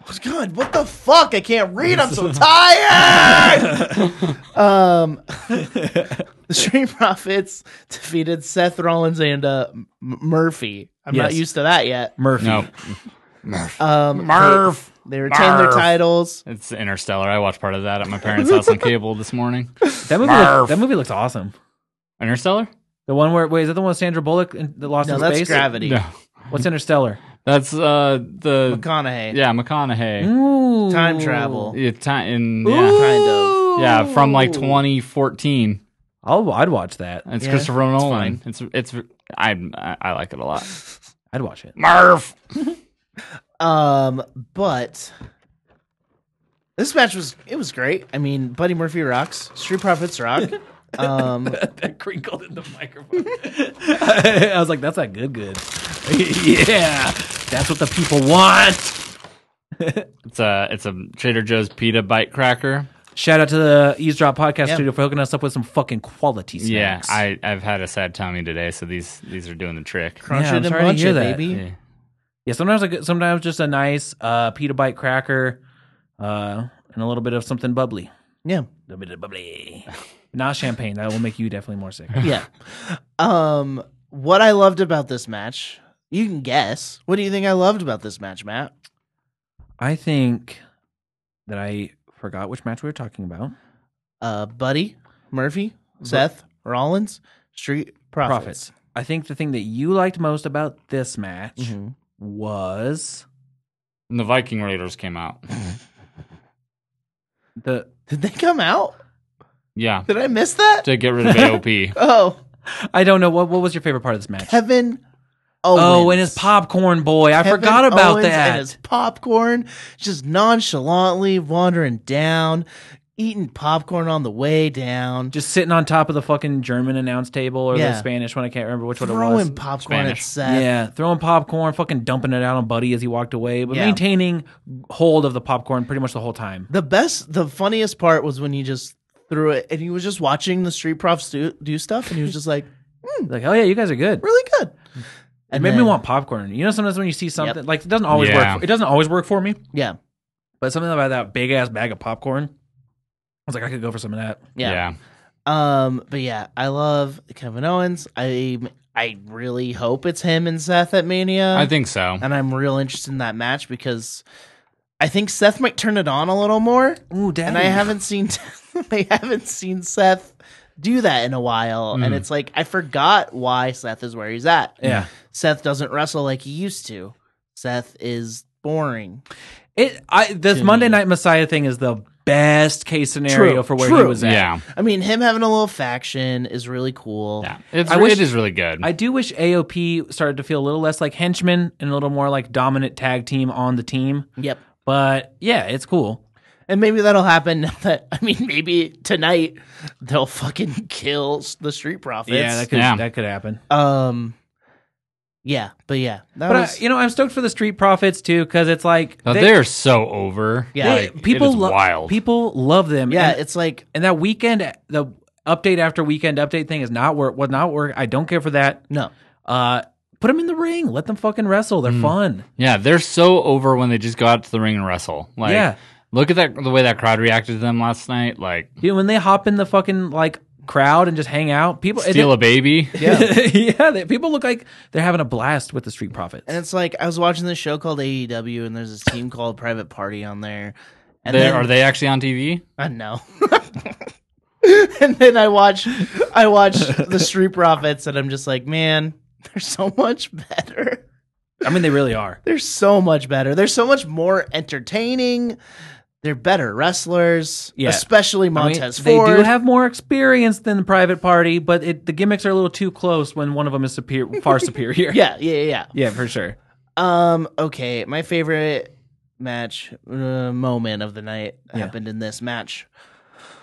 Speaker 2: Oh, God, what the fuck? I can't read. I'm *laughs* so tired. *laughs* um, *laughs* the Street Profits defeated Seth Rollins and uh, M- Murphy. I'm not
Speaker 1: Yes.
Speaker 2: used to that yet.
Speaker 1: Murphy.
Speaker 3: No,
Speaker 2: Um,
Speaker 3: Murph.
Speaker 2: They, they retained their
Speaker 3: Murph.
Speaker 2: titles.
Speaker 3: It's Interstellar. I watched part of that at my parents' house on cable this morning.
Speaker 1: That movie.
Speaker 3: Murph.
Speaker 1: Looks, that movie looks awesome.
Speaker 3: Interstellar?
Speaker 1: The one where wait is that the one with Sandra Bullock in the Lost
Speaker 2: No,
Speaker 1: in
Speaker 2: that's
Speaker 1: Space?
Speaker 2: Gravity.
Speaker 3: No,
Speaker 1: What's Interstellar?
Speaker 3: that's uh the
Speaker 2: McConaughey.
Speaker 3: yeah McConaughey.
Speaker 1: Ooh.
Speaker 2: Time travel.
Speaker 3: Yeah, ti- in- yeah.
Speaker 2: Kind of.
Speaker 3: yeah, from like 2014.
Speaker 1: I'll, I'd watch that.
Speaker 3: It's
Speaker 2: Yeah,
Speaker 3: Christopher Nolan.
Speaker 2: fine.
Speaker 3: It's it's I I I like it a lot.
Speaker 1: I'd watch it.
Speaker 3: Murph.
Speaker 2: Um, but this match was it was great. I mean, Buddy Murphy rocks. Street
Speaker 1: *laughs*
Speaker 2: Profits rock.
Speaker 1: *laughs*
Speaker 2: Um,
Speaker 1: that crinkled in the microphone. *laughs* I was like, that's not good, good. *laughs* yeah. That's what the people want.
Speaker 3: It's a it's a Trader Joe's pita bite cracker.
Speaker 1: Shout out to the Eavesdrop Podcast
Speaker 2: Yeah.
Speaker 1: Studio for hooking us up with some fucking quality
Speaker 3: Yeah,
Speaker 1: snacks.
Speaker 3: I I've had a sad tummy today, so these these are doing the trick.
Speaker 2: crunch
Speaker 1: Yeah, I'm
Speaker 2: it and
Speaker 1: sorry to
Speaker 2: munch
Speaker 1: hear
Speaker 2: it,
Speaker 1: that.
Speaker 2: baby.
Speaker 3: Yeah.
Speaker 1: Yeah, sometimes I get- sometimes just a nice uh, pita bite cracker uh, and a little bit of something bubbly.
Speaker 2: Yeah,
Speaker 1: A little bit of bubbly. *laughs* Not champagne. That will make you definitely more sick.
Speaker 2: yeah. um, what I loved about this match, you can guess. What do you think I loved about this match, Matt?
Speaker 1: *laughs* I think that I forgot which match we were talking about.
Speaker 2: Uh, Buddy Murphy, Seth Rollins, Street Profits.
Speaker 1: Profits. I think the thing that you liked most about this match
Speaker 2: Mhm.
Speaker 1: was
Speaker 3: And the Viking Raiders came out.
Speaker 1: the
Speaker 2: Did they come out?
Speaker 3: Yeah,
Speaker 2: Did I miss that?
Speaker 3: to get rid of AOP.
Speaker 2: Oh,
Speaker 1: I don't know what what was your favorite part of this match?
Speaker 2: Kevin. Owens.
Speaker 1: oh, and his popcorn boy. I
Speaker 2: Kevin
Speaker 1: forgot about
Speaker 2: Owens
Speaker 1: that.
Speaker 2: And his popcorn, just nonchalantly wandering down, eating popcorn on the way down, just
Speaker 1: Just sitting on top of the fucking German announce table or the
Speaker 2: Yeah.
Speaker 1: Spanish one. I can't remember which one it was.
Speaker 2: throwing popcorn
Speaker 3: Spanish.
Speaker 2: at Seth.
Speaker 1: Yeah, throwing popcorn, fucking dumping it out on Buddy as he walked away, but
Speaker 2: Yeah.
Speaker 1: maintaining hold of the popcorn pretty much the whole time.
Speaker 2: The best, the funniest part was when he just threw it, and he was just watching the street profs do, do stuff, and he was just like, *laughs*
Speaker 1: Like, oh yeah, you guys are good.
Speaker 2: really good.
Speaker 1: It
Speaker 2: And
Speaker 1: made me
Speaker 2: then-
Speaker 1: want popcorn. You know, sometimes when you see something like it doesn't always
Speaker 3: Yeah.
Speaker 1: work. For, it doesn't always work for me,
Speaker 2: Yeah,
Speaker 1: but something about that big ass bag of popcorn, I was like, I could go for some of that.
Speaker 2: yeah. Um, but yeah, I love Kevin Owens. I I really hope it's him and Seth at Mania.
Speaker 3: I think so.
Speaker 2: and I'm real interested in that match because I think Seth might turn it on a little more.
Speaker 1: Ooh, daddy.
Speaker 2: and I haven't seen *laughs* I haven't seen Seth do that in a while, and it's like I forgot why Seth is where he's at.
Speaker 1: Mm. Yeah.
Speaker 2: Seth doesn't wrestle like he used to. Seth is boring.
Speaker 1: It I this
Speaker 2: Dude.
Speaker 1: Monday Night Messiah thing is the best case scenario
Speaker 2: True,
Speaker 1: for where he
Speaker 2: true.
Speaker 1: was at.
Speaker 3: Yeah,
Speaker 2: I mean, him having a little faction is really cool.
Speaker 3: yeah. It's,
Speaker 1: I wish-
Speaker 3: it is really good.
Speaker 1: I do wish AOP started to feel a little less like henchmen and a little more like dominant tag team on the team.
Speaker 2: Yep.
Speaker 1: But yeah, it's cool.
Speaker 2: And maybe that'll happen. *laughs* now That I mean, maybe tonight they'll *laughs* fucking kill the street profits.
Speaker 1: yeah, that could
Speaker 3: Yeah.
Speaker 1: that could happen.
Speaker 2: Um, Yeah, but yeah, that
Speaker 1: But
Speaker 2: was
Speaker 1: I, you know, I'm stoked for the street profits too because it's like
Speaker 3: Now, they, are so over.
Speaker 2: Yeah.
Speaker 1: they-
Speaker 2: They-
Speaker 3: Oh, Like,
Speaker 1: people
Speaker 3: it is
Speaker 1: lo-
Speaker 3: wild.
Speaker 1: People love them.
Speaker 2: yeah.
Speaker 1: and,
Speaker 2: It's like
Speaker 1: and that weekend, the update after weekend update thing is not work. Was not work. I don't care for that.
Speaker 2: no,
Speaker 1: Uh, put them in the ring. Let them fucking wrestle.
Speaker 3: Mm.
Speaker 1: They're fun.
Speaker 3: yeah, they're so over when they just go out to the ring and wrestle. Like,
Speaker 1: Yeah.
Speaker 3: look at that the way that crowd reacted to them last night. Like,
Speaker 1: Dude, when they hop in the fucking like crowd and just hang out, people and *laughs*
Speaker 3: steal a baby.
Speaker 1: they- yeah, yeah. They, people look like they're having a blast with the street profits.
Speaker 2: and it's like I was watching this show called AEW, and there's this team called Private Party on there. And
Speaker 3: They-
Speaker 2: then-
Speaker 3: are they actually on TV?
Speaker 2: I know. *laughs* and then I watch, I watch the Street Profits, and I'm just like, man, they're so much better.
Speaker 1: I mean, they really are.
Speaker 2: They're so much better. They're so much more entertaining. They're better wrestlers,
Speaker 1: Yeah.
Speaker 2: especially
Speaker 1: I mean,
Speaker 2: Montez
Speaker 1: they
Speaker 2: Ford.
Speaker 1: do have more experience than the private party, but it, the gimmicks are a little too close when one of them is superior, far
Speaker 3: *laughs*
Speaker 1: superior.
Speaker 2: yeah, yeah, yeah, yeah.
Speaker 1: yeah, for sure.
Speaker 2: Um. Okay, my favorite match uh, moment of the night happened in this match.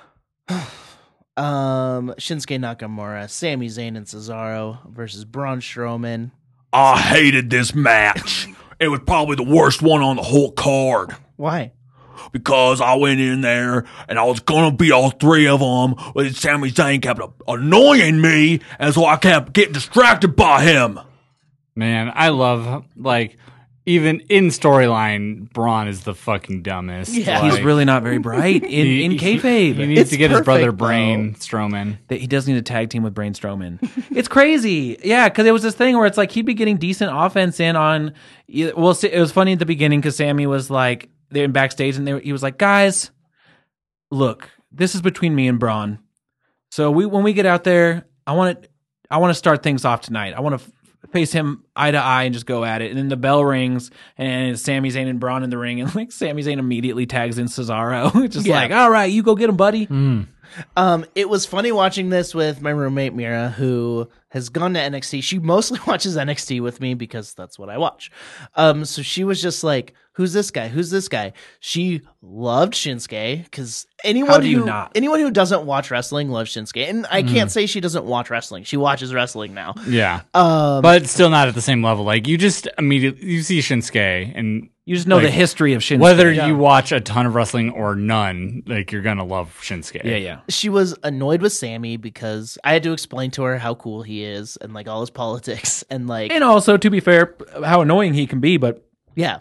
Speaker 2: *sighs* um, Shinsuke Nakamura, Sami Zayn, and Cesaro versus Braun Strowman.
Speaker 4: I hated this match. It was probably the worst one on the whole card.
Speaker 2: Why?
Speaker 4: because I went in there and I was gonna beat all three of them, but Sami Zayn kept annoying me, and so I kept getting distracted by him.
Speaker 3: Man, I love like even in storyline, Braun is the fucking dumbest.
Speaker 2: Yeah.
Speaker 3: Like,
Speaker 1: He's really not very bright in
Speaker 3: *laughs* he-
Speaker 1: in
Speaker 3: he-
Speaker 1: kayfabe.
Speaker 3: He needs
Speaker 2: It's
Speaker 3: to get his brother
Speaker 2: perfect, though.
Speaker 3: Brain Strowman.
Speaker 1: that he does need a tag team with Braun Strowman. *laughs* it's crazy, yeah, because it was this thing where it's like he'd be getting decent offense in on. Well, see, it was funny at the beginning because Sammy was like they're in backstage and they, were- he was like, "Guys, look, this is between me and Braun. So we when we get out there, I want to I want to start things off tonight. I want to." Face him eye to eye and just go at it. And then the bell rings, and Sami Zayn and Braun in the ring, and like Sami Zayn immediately tags in Cesaro, *laughs* just
Speaker 2: Yeah.
Speaker 1: like, "All right, you go get him, buddy."
Speaker 3: Mm.
Speaker 2: Um, it was funny watching this with my roommate Mira, who has gone to NXT. She mostly *laughs* watches NXT with me because that's what I watch. Um, so she was just like, "Who's this guy? Who's this guy?" She loved Shinsuke because anyone
Speaker 1: do
Speaker 2: who
Speaker 1: you not? Hmm.
Speaker 2: anyone who doesn't watch wrestling loves Shinsuke, and I can't say she doesn't watch wrestling. She watches wrestling now.
Speaker 3: Yeah.
Speaker 2: Um,
Speaker 3: but still not at the same level. Like you just immediately you see Shinsuke and
Speaker 1: You just know
Speaker 3: Like,
Speaker 1: the history of Shinsuke.
Speaker 3: whether you watch a ton of wrestling or none, like you're gonna love Shinsuke.
Speaker 1: Yeah, yeah.
Speaker 2: she was annoyed with Sammy because I had to explain to her how cool he is and like all his politics and like
Speaker 1: And also, to be fair, how annoying he can be, but
Speaker 2: yeah,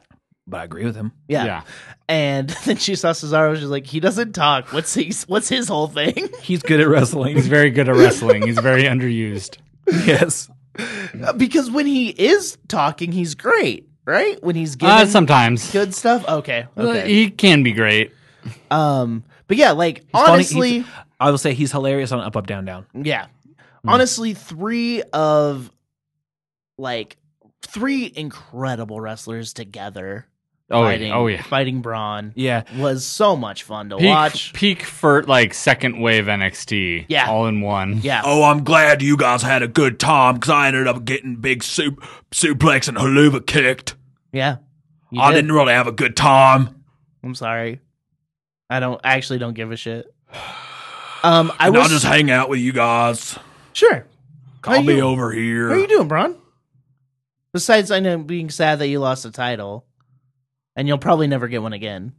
Speaker 1: but I agree with him.
Speaker 2: yeah.
Speaker 3: Yeah.
Speaker 2: And *laughs* then she saw Cesaro. She's like, he doesn't talk. What's his What's his whole thing?
Speaker 1: *laughs* He's good at wrestling.
Speaker 3: He's very good at wrestling. He's
Speaker 2: *laughs*
Speaker 3: very underused.
Speaker 1: *laughs* yes.
Speaker 2: because when he is talking, he's great, right? When he's giving
Speaker 3: Uh, sometimes
Speaker 2: good stuff. Okay, okay.
Speaker 3: he can be great.
Speaker 2: um, but yeah, like
Speaker 1: Funny-
Speaker 2: honestly,
Speaker 1: he's- I will say he's hilarious on Up Up Down Down.
Speaker 2: yeah,
Speaker 3: Hmm.
Speaker 2: honestly, three of like three incredible wrestlers together.
Speaker 3: Oh, yeah.
Speaker 2: fighting,
Speaker 3: Oh, yeah.
Speaker 2: fighting Braun
Speaker 1: *laughs* Yeah.
Speaker 2: was so much fun to
Speaker 3: Peak,
Speaker 2: watch.
Speaker 3: peak for like second wave NXT.
Speaker 2: Yeah.
Speaker 3: all in one.
Speaker 2: Yeah,
Speaker 4: Oh, I'm glad you guys had a good time because I ended up getting big sup- suplex and haluva kicked.
Speaker 2: yeah. You
Speaker 4: I
Speaker 2: did.
Speaker 4: didn't really have a good time.
Speaker 2: I'm sorry. I don't I actually don't give a
Speaker 4: *sighs*
Speaker 2: shit. Um, I
Speaker 4: And
Speaker 2: was
Speaker 4: I'll just hang out with you guys.
Speaker 2: sure.
Speaker 4: Call
Speaker 2: How
Speaker 4: me
Speaker 2: you-
Speaker 4: over
Speaker 2: How are you
Speaker 4: here.
Speaker 2: doing, Bron? Besides, I know being sad that you lost the title, and you'll probably never get one again.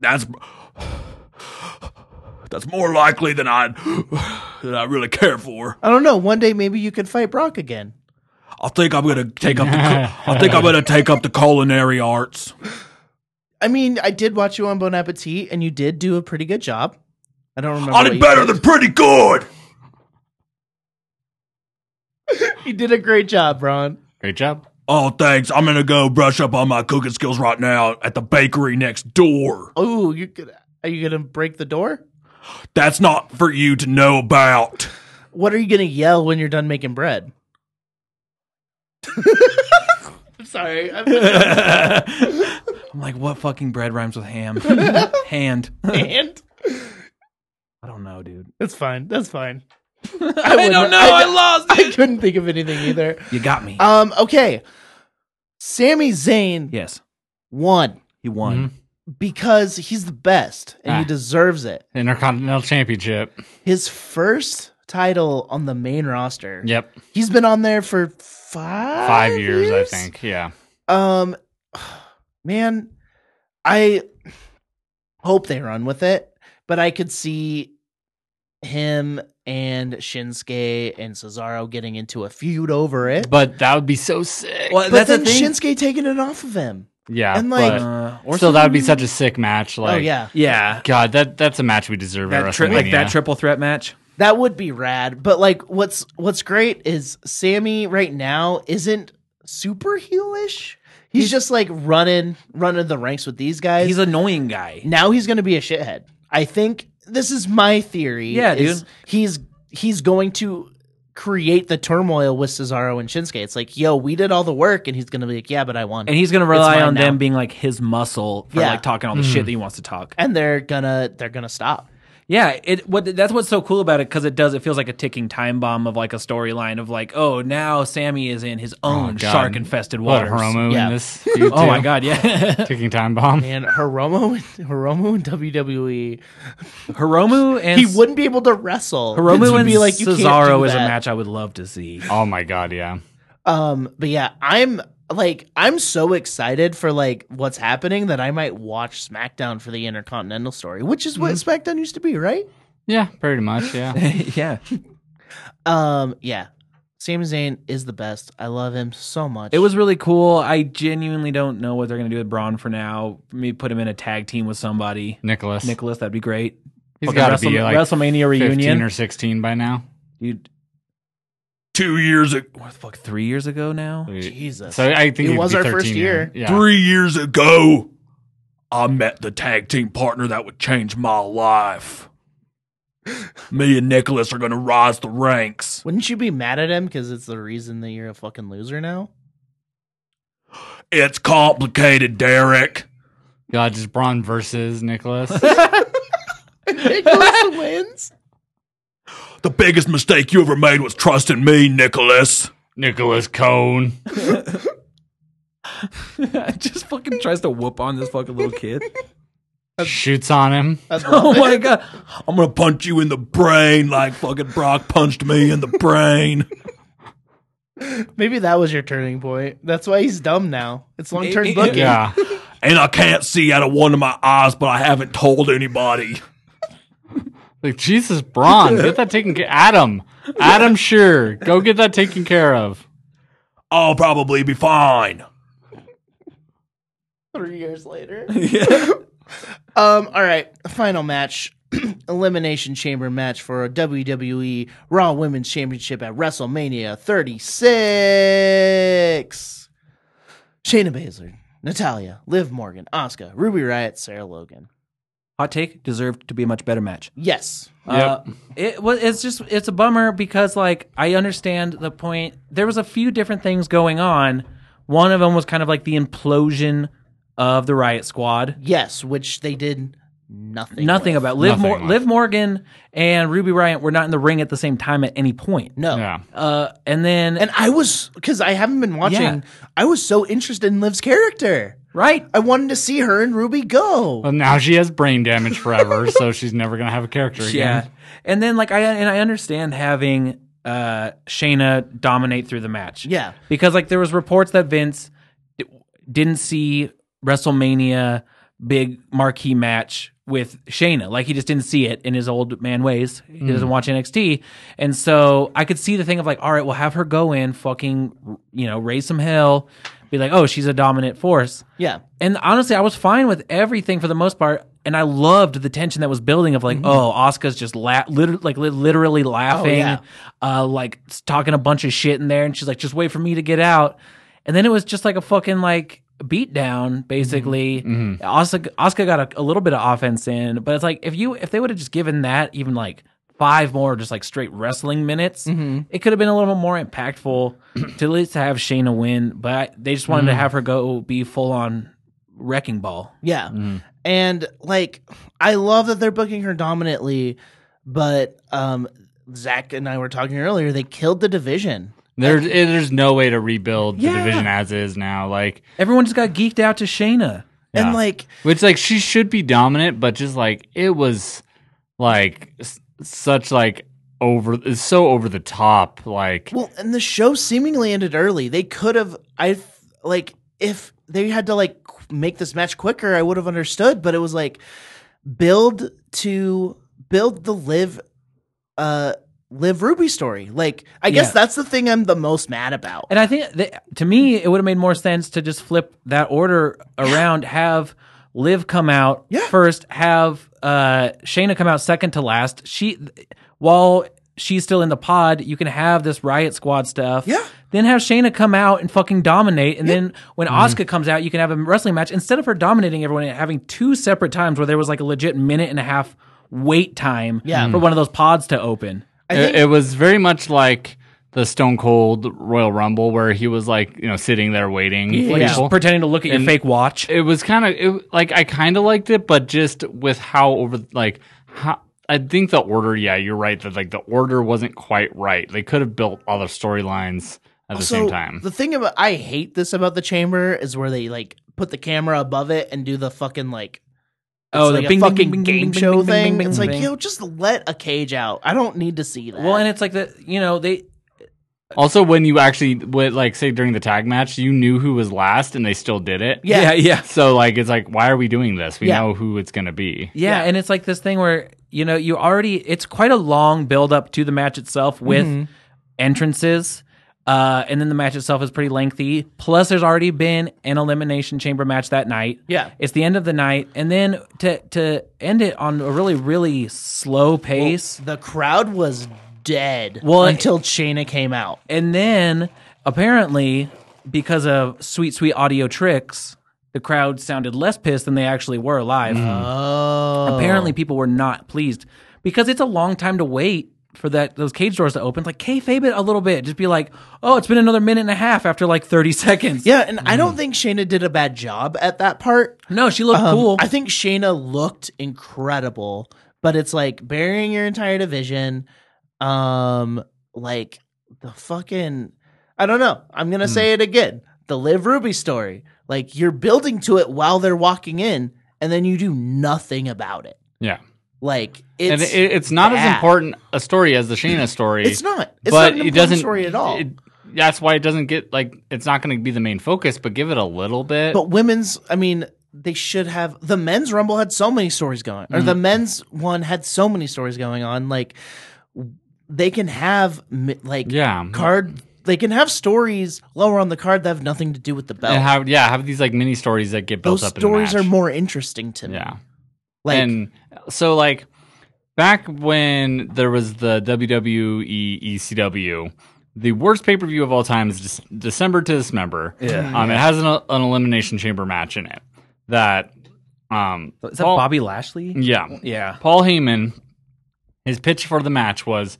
Speaker 4: That's that's more likely than I than I really care for.
Speaker 2: I don't know. One day, maybe you could fight Brock again.
Speaker 4: I think I'm gonna take up. The, cu- I think I'm gonna take up the culinary arts.
Speaker 2: I mean, I did watch you on Bon Appetit, and you did do a pretty good job. I don't remember.
Speaker 4: I
Speaker 2: what
Speaker 4: did
Speaker 2: you
Speaker 4: better than pretty good.
Speaker 2: you did a great job, Bron.
Speaker 3: Great job.
Speaker 4: Oh, thanks. I'm gonna go brush up on my cooking skills right now at the bakery next door.
Speaker 2: Oh, you could. Are you gonna break the door?
Speaker 4: That's not for you to know about.
Speaker 2: What are you gonna yell when you're done making
Speaker 4: *laughs*
Speaker 2: bread? I'm sorry. I'm
Speaker 1: I'm like, what fucking bread rhymes with *laughs* ham? Hand.
Speaker 2: banned.
Speaker 1: I don't know, dude.
Speaker 2: That's fine. That's fine.
Speaker 1: I,
Speaker 2: wouldn't-
Speaker 1: don't know.
Speaker 2: I-
Speaker 1: I, lost.
Speaker 2: *laughs* I couldn't think of anything either.
Speaker 1: You got me.
Speaker 2: Um, okay. Sami Zayn
Speaker 1: yes.
Speaker 2: won
Speaker 1: He won.
Speaker 3: Mm-hmm.
Speaker 2: because he's the best and he
Speaker 3: Ah.
Speaker 2: deserves it.
Speaker 3: Intercontinental Championship.
Speaker 2: His first title on the main roster.
Speaker 3: Yep.
Speaker 2: He's been on there for five
Speaker 3: Five years, I think. Yeah.
Speaker 2: Um, *sighs* man, I hope they run with it, but I could see him and Shinsuke and Cesaro getting into a feud over it. But,
Speaker 3: But that would be so sick.
Speaker 1: Well, that's
Speaker 2: then
Speaker 1: the thing.
Speaker 2: Shinsuke taking it off of him.
Speaker 3: yeah.
Speaker 2: and, like,
Speaker 3: but
Speaker 1: Uh, or
Speaker 3: still, that would be
Speaker 1: something-
Speaker 3: such a sick match. Like,
Speaker 2: oh yeah,
Speaker 1: Yeah,
Speaker 3: God, that that's a match we deserve at
Speaker 1: that tri-
Speaker 3: WrestleMania.
Speaker 1: like that triple threat match.
Speaker 2: that would be rad. But like, what's what's great is Sammy right now isn't super heelish. He's, just like running running the ranks with these guys.
Speaker 1: He's an annoying guy.
Speaker 2: now he's going to be a shithead. I think this is my theory.
Speaker 1: Yeah,
Speaker 2: is
Speaker 1: dude.
Speaker 2: He's he's going to create the turmoil with Cesaro and Shinsuke. It's like, yo, we did all the work, and he's going to be like, yeah, but I won.
Speaker 1: And he's gonna rely
Speaker 2: mine
Speaker 1: on them
Speaker 2: now.
Speaker 1: being like his muscle for
Speaker 2: Yeah.
Speaker 1: like talking all the shit that he wants to talk.
Speaker 2: And they're gonna they're gonna stop.
Speaker 1: Yeah, it what that's what's so cool about it because it does it feels like a ticking time bomb of like a storyline of like oh now Sammy is in his own
Speaker 3: Oh, God.
Speaker 1: shark infested
Speaker 3: What
Speaker 1: waters.
Speaker 3: Hiromu
Speaker 2: Yeah.
Speaker 3: in this? feud,
Speaker 1: Oh my
Speaker 3: too?
Speaker 1: god,
Speaker 3: *laughs*
Speaker 1: yeah,
Speaker 3: Ticking time bomb.
Speaker 2: And Hiromu and Hiromu and *laughs* E WWE,
Speaker 1: Hiromu and
Speaker 2: he wouldn't be able to wrestle. This
Speaker 1: Hiromu
Speaker 2: would
Speaker 1: and
Speaker 2: be like, you can't
Speaker 1: Cesaro
Speaker 2: do
Speaker 1: is a
Speaker 2: that.
Speaker 1: match I would love to see. *laughs*
Speaker 3: Oh my god, yeah.
Speaker 2: Um, but yeah, I'm like I'm so excited for like what's happening that I might watch SmackDown for the Intercontinental story, which is what
Speaker 1: Mm-hmm.
Speaker 2: SmackDown used to be, right?
Speaker 3: Yeah, pretty
Speaker 1: *laughs*
Speaker 3: much, yeah.
Speaker 1: yeah,
Speaker 2: Um, yeah. Sami Zayn is the best. I love him so much.
Speaker 1: it was really cool. I genuinely don't know what they're gonna do with Braun for now. Maybe put him in a tag team with somebody.
Speaker 3: Nicholas.
Speaker 1: Nicholas, that'd be great.
Speaker 3: He's
Speaker 1: Fucking
Speaker 3: got to
Speaker 1: Wrestle-
Speaker 3: be like
Speaker 1: WrestleMania
Speaker 3: 15
Speaker 1: reunion.
Speaker 3: or 16 by now.
Speaker 1: Dude,
Speaker 4: Two years, ag-
Speaker 1: what the fuck, three years ago now? *laughs*
Speaker 3: *laughs*
Speaker 2: Jesus.
Speaker 3: So I think
Speaker 2: It
Speaker 3: he'd
Speaker 2: was
Speaker 3: be
Speaker 2: our first
Speaker 3: 13
Speaker 2: year.
Speaker 3: Yeah.
Speaker 4: three years ago, I met the tag team partner that would change my life. Me and Nicholas are going to rise the ranks.
Speaker 2: Wouldn't you be mad at him because it's the reason that you're a fucking loser now? *laughs*
Speaker 4: It's complicated, Derek.
Speaker 3: God, just Braun versus Nicholas.
Speaker 2: Nicholas wins.
Speaker 4: The biggest mistake you ever made was trusting me, Nicholas.
Speaker 3: Nicholas Cone.
Speaker 1: Just fucking tries to whoop on this fucking little kid.
Speaker 3: Shoots on him.
Speaker 1: *laughs* oh
Speaker 2: *laughs*
Speaker 1: my god.
Speaker 4: I'm going to punch you in the brain like fucking Brock punched me in the brain.
Speaker 2: Maybe that was your turning point. That's why he's dumb now. It's long term booking.
Speaker 3: Yeah.
Speaker 4: And I can't see out of one of my eyes, but I haven't told anybody.
Speaker 3: Like, Jesus, Braun, get that taken care Adam. Adam, sure. Go get that taken care of.
Speaker 4: I'll probably be fine.
Speaker 2: Three years
Speaker 1: *laughs*
Speaker 2: later. Um, all right, final match. *clears throat* Elimination Chamber match for a WWE Raw Women's Championship at WrestleMania 36. Shayna Baszler, Natalia, Liv Morgan, Asuka, Ruby Riot, Sarah Logan.
Speaker 1: Hot take deserved to be a much better match.
Speaker 2: Yes.
Speaker 1: Uh, it was. It's just. It's a bummer because like I understand the point. There was a few different things going on. One of them was kind of like the implosion of the riot squad.
Speaker 2: Yes, which they did nothing.
Speaker 1: Nothing
Speaker 2: with.
Speaker 1: about Liv.
Speaker 3: Nothing
Speaker 1: Mor-
Speaker 3: like-
Speaker 1: Liv Morgan and Ruby Riot were not in the ring at the same time at any point.
Speaker 2: No.
Speaker 3: Yeah.
Speaker 1: Uh, and then
Speaker 2: And I was because I haven't been watching.
Speaker 1: Yeah.
Speaker 2: I was so interested in Liv's character.
Speaker 1: right.
Speaker 2: I wanted to see her and Ruby go.
Speaker 1: Um,
Speaker 3: Well, now she has brain damage forever, so she's never going to have a character again.
Speaker 1: Yeah. And then like I and I understand having uh Shayna dominate through the match.
Speaker 2: Yeah.
Speaker 1: Because like there was reports that Vince d- didn't see WrestleMania big marquee match with Shayna. Like he just didn't see it in his old man ways. He doesn't watch NXT. And so I could see the thing of like, all right, we'll have her go in, fucking you know, raise some hell, be like, oh, she's a dominant force.
Speaker 2: yeah.
Speaker 1: And honestly, I was fine with everything for the most part, and I loved the tension that was building of like, oh, Oscar's just la- liter- like li- literally laughing,
Speaker 2: yeah.
Speaker 1: uh, like s- talking a bunch of shit in there, and she's like, just wait for me to get out. And then it was just like a fucking like beatdown, basically. Oscar Oscar got a, a little bit of offense in, but it's like if you if they would have just given that even like five more just like straight wrestling minutes, it could have been a little more impactful to at least have Shayna win. But I, they just wanted to have her go be full on wrecking ball.
Speaker 2: Yeah. And like I love that they're booking her dominantly, but um Zach and I were talking earlier, they killed the division.
Speaker 3: There, eh, there's no way to rebuild the
Speaker 1: Yeah.
Speaker 3: division as is now. Like,
Speaker 1: Everyone just got geeked out to Shayna.
Speaker 3: Yeah.
Speaker 2: And like
Speaker 3: which, like, she should be dominant, but just like, it was like s- such like over is so over the top. Like
Speaker 2: Well, and the show seemingly ended early. They could have. I like if they had to like qu- make this match quicker, I would have understood. But it was like build to build the live, uh, live Ruby story. Like I guess
Speaker 1: Yeah.
Speaker 2: that's the thing I'm the most mad about.
Speaker 1: And I think that, to me, it would have made more sense to just flip that order around. Have Liv come out
Speaker 2: Yeah.
Speaker 1: first. Have uh, Shayna come out second to last. She, while she's still in the pod, you can have this Riot Squad stuff.
Speaker 2: Yeah.
Speaker 1: Then have Shayna come out and fucking dominate, and then when
Speaker 2: Mm-hmm.
Speaker 1: Oscar comes out, you can have a wrestling match instead of her dominating everyone and having two separate times where there was like a legit minute and a half wait time
Speaker 2: Yeah. Mm.
Speaker 1: for one of those pods to open.
Speaker 2: I
Speaker 3: it,
Speaker 2: think
Speaker 3: it was very much like the Stone Cold Royal Rumble where he was like you know sitting there waiting. for
Speaker 1: Like,
Speaker 3: people.
Speaker 1: just pretending to look at
Speaker 3: And-
Speaker 1: your fake watch.
Speaker 3: it was kind of it, like I kind of liked it, but just with how over like how I think the order. Yeah, you're right that like the order wasn't quite right. They could have built other storylines at the same
Speaker 2: also,
Speaker 3: time.
Speaker 2: The thing about I hate this about the chamber is where they like put the camera above it and do the fucking like.
Speaker 1: Oh,
Speaker 2: it's
Speaker 1: the
Speaker 2: like
Speaker 1: bing,
Speaker 2: a
Speaker 1: bing,
Speaker 2: fucking
Speaker 1: bing, bing,
Speaker 2: game
Speaker 1: bing, bing,
Speaker 2: show
Speaker 1: bing, bing,
Speaker 2: thing.
Speaker 1: bing,
Speaker 2: it's like,
Speaker 1: bing.
Speaker 2: yo, just let a cage out. I don't need to see that.
Speaker 1: Well, and it's like the you know they
Speaker 3: also, when you actually when, like say during the tag match, you knew who was last, and they still did it.
Speaker 1: yeah yeah yeah,
Speaker 3: So like it's like why are we doing this? We
Speaker 2: Yeah.
Speaker 3: know who it's gonna be.
Speaker 1: Yeah, and it's like this thing where you know you already it's quite a long build up to the match itself with
Speaker 2: Mm-hmm.
Speaker 1: entrances. Uh, and then the match itself is pretty lengthy. Plus, there's already been an elimination chamber match that night.
Speaker 2: Yeah.
Speaker 1: it's the end of the night, and then to to end it on a really really slow pace.
Speaker 2: The crowd was dead
Speaker 1: Well,
Speaker 2: until Shayna came out.
Speaker 1: And then apparently, because of sweet, sweet audio tricks, the crowd sounded less pissed than they actually were live.
Speaker 2: Oh,
Speaker 1: Apparently, people were not pleased because it's a long time to wait for that those cage doors to open. It's like kayfabe it a little bit. Just be like, oh, it's been another minute and a half after like thirty *laughs* seconds.
Speaker 2: yeah, and I
Speaker 1: Mm.
Speaker 2: don't think Shayna did a bad job at that part.
Speaker 1: No, she looked
Speaker 2: Um,
Speaker 1: cool.
Speaker 2: I think Shayna looked incredible, but it's like burying your entire division. Um, like the fucking, I don't know. I'm
Speaker 3: Hmm.
Speaker 2: gonna say it again. The Liv Ruby story. Like you're building to it while they're walking in, and then you do nothing about it.
Speaker 3: Yeah,
Speaker 2: Like it's
Speaker 3: and it, it's not as
Speaker 2: bad.
Speaker 3: important a story as the Shayna story.
Speaker 2: It's not. It's not
Speaker 3: but
Speaker 2: an
Speaker 3: it
Speaker 2: important
Speaker 3: doesn't
Speaker 2: story at all.
Speaker 3: it- that's why it doesn't get like it's not going to be the main focus, but give it a little bit.
Speaker 2: But women's, I mean, they should have the men's rumble had so many stories going, or
Speaker 3: Mm.
Speaker 2: the men's one had so many stories going on. Like they can have mi- like
Speaker 3: yeah,
Speaker 2: card, they can have stories lower on the card that have nothing to do with the belt.
Speaker 3: and have yeah have these like mini stories that get built
Speaker 2: Those
Speaker 3: up.
Speaker 2: stories
Speaker 3: in
Speaker 2: are
Speaker 3: the match.
Speaker 2: more interesting to me.
Speaker 3: yeah,
Speaker 2: Like
Speaker 3: and so like back when there was the E WWE ECW, the worst pay per view of all time is Dec- December to Dismember. Yeah, um, it has an, an elimination chamber match in it that um
Speaker 1: Is that
Speaker 3: Paul-
Speaker 1: Bobby
Speaker 2: Mm.
Speaker 1: Lashley?
Speaker 3: yeah
Speaker 1: Yeah.
Speaker 3: Paul Heyman, his pitch for the match was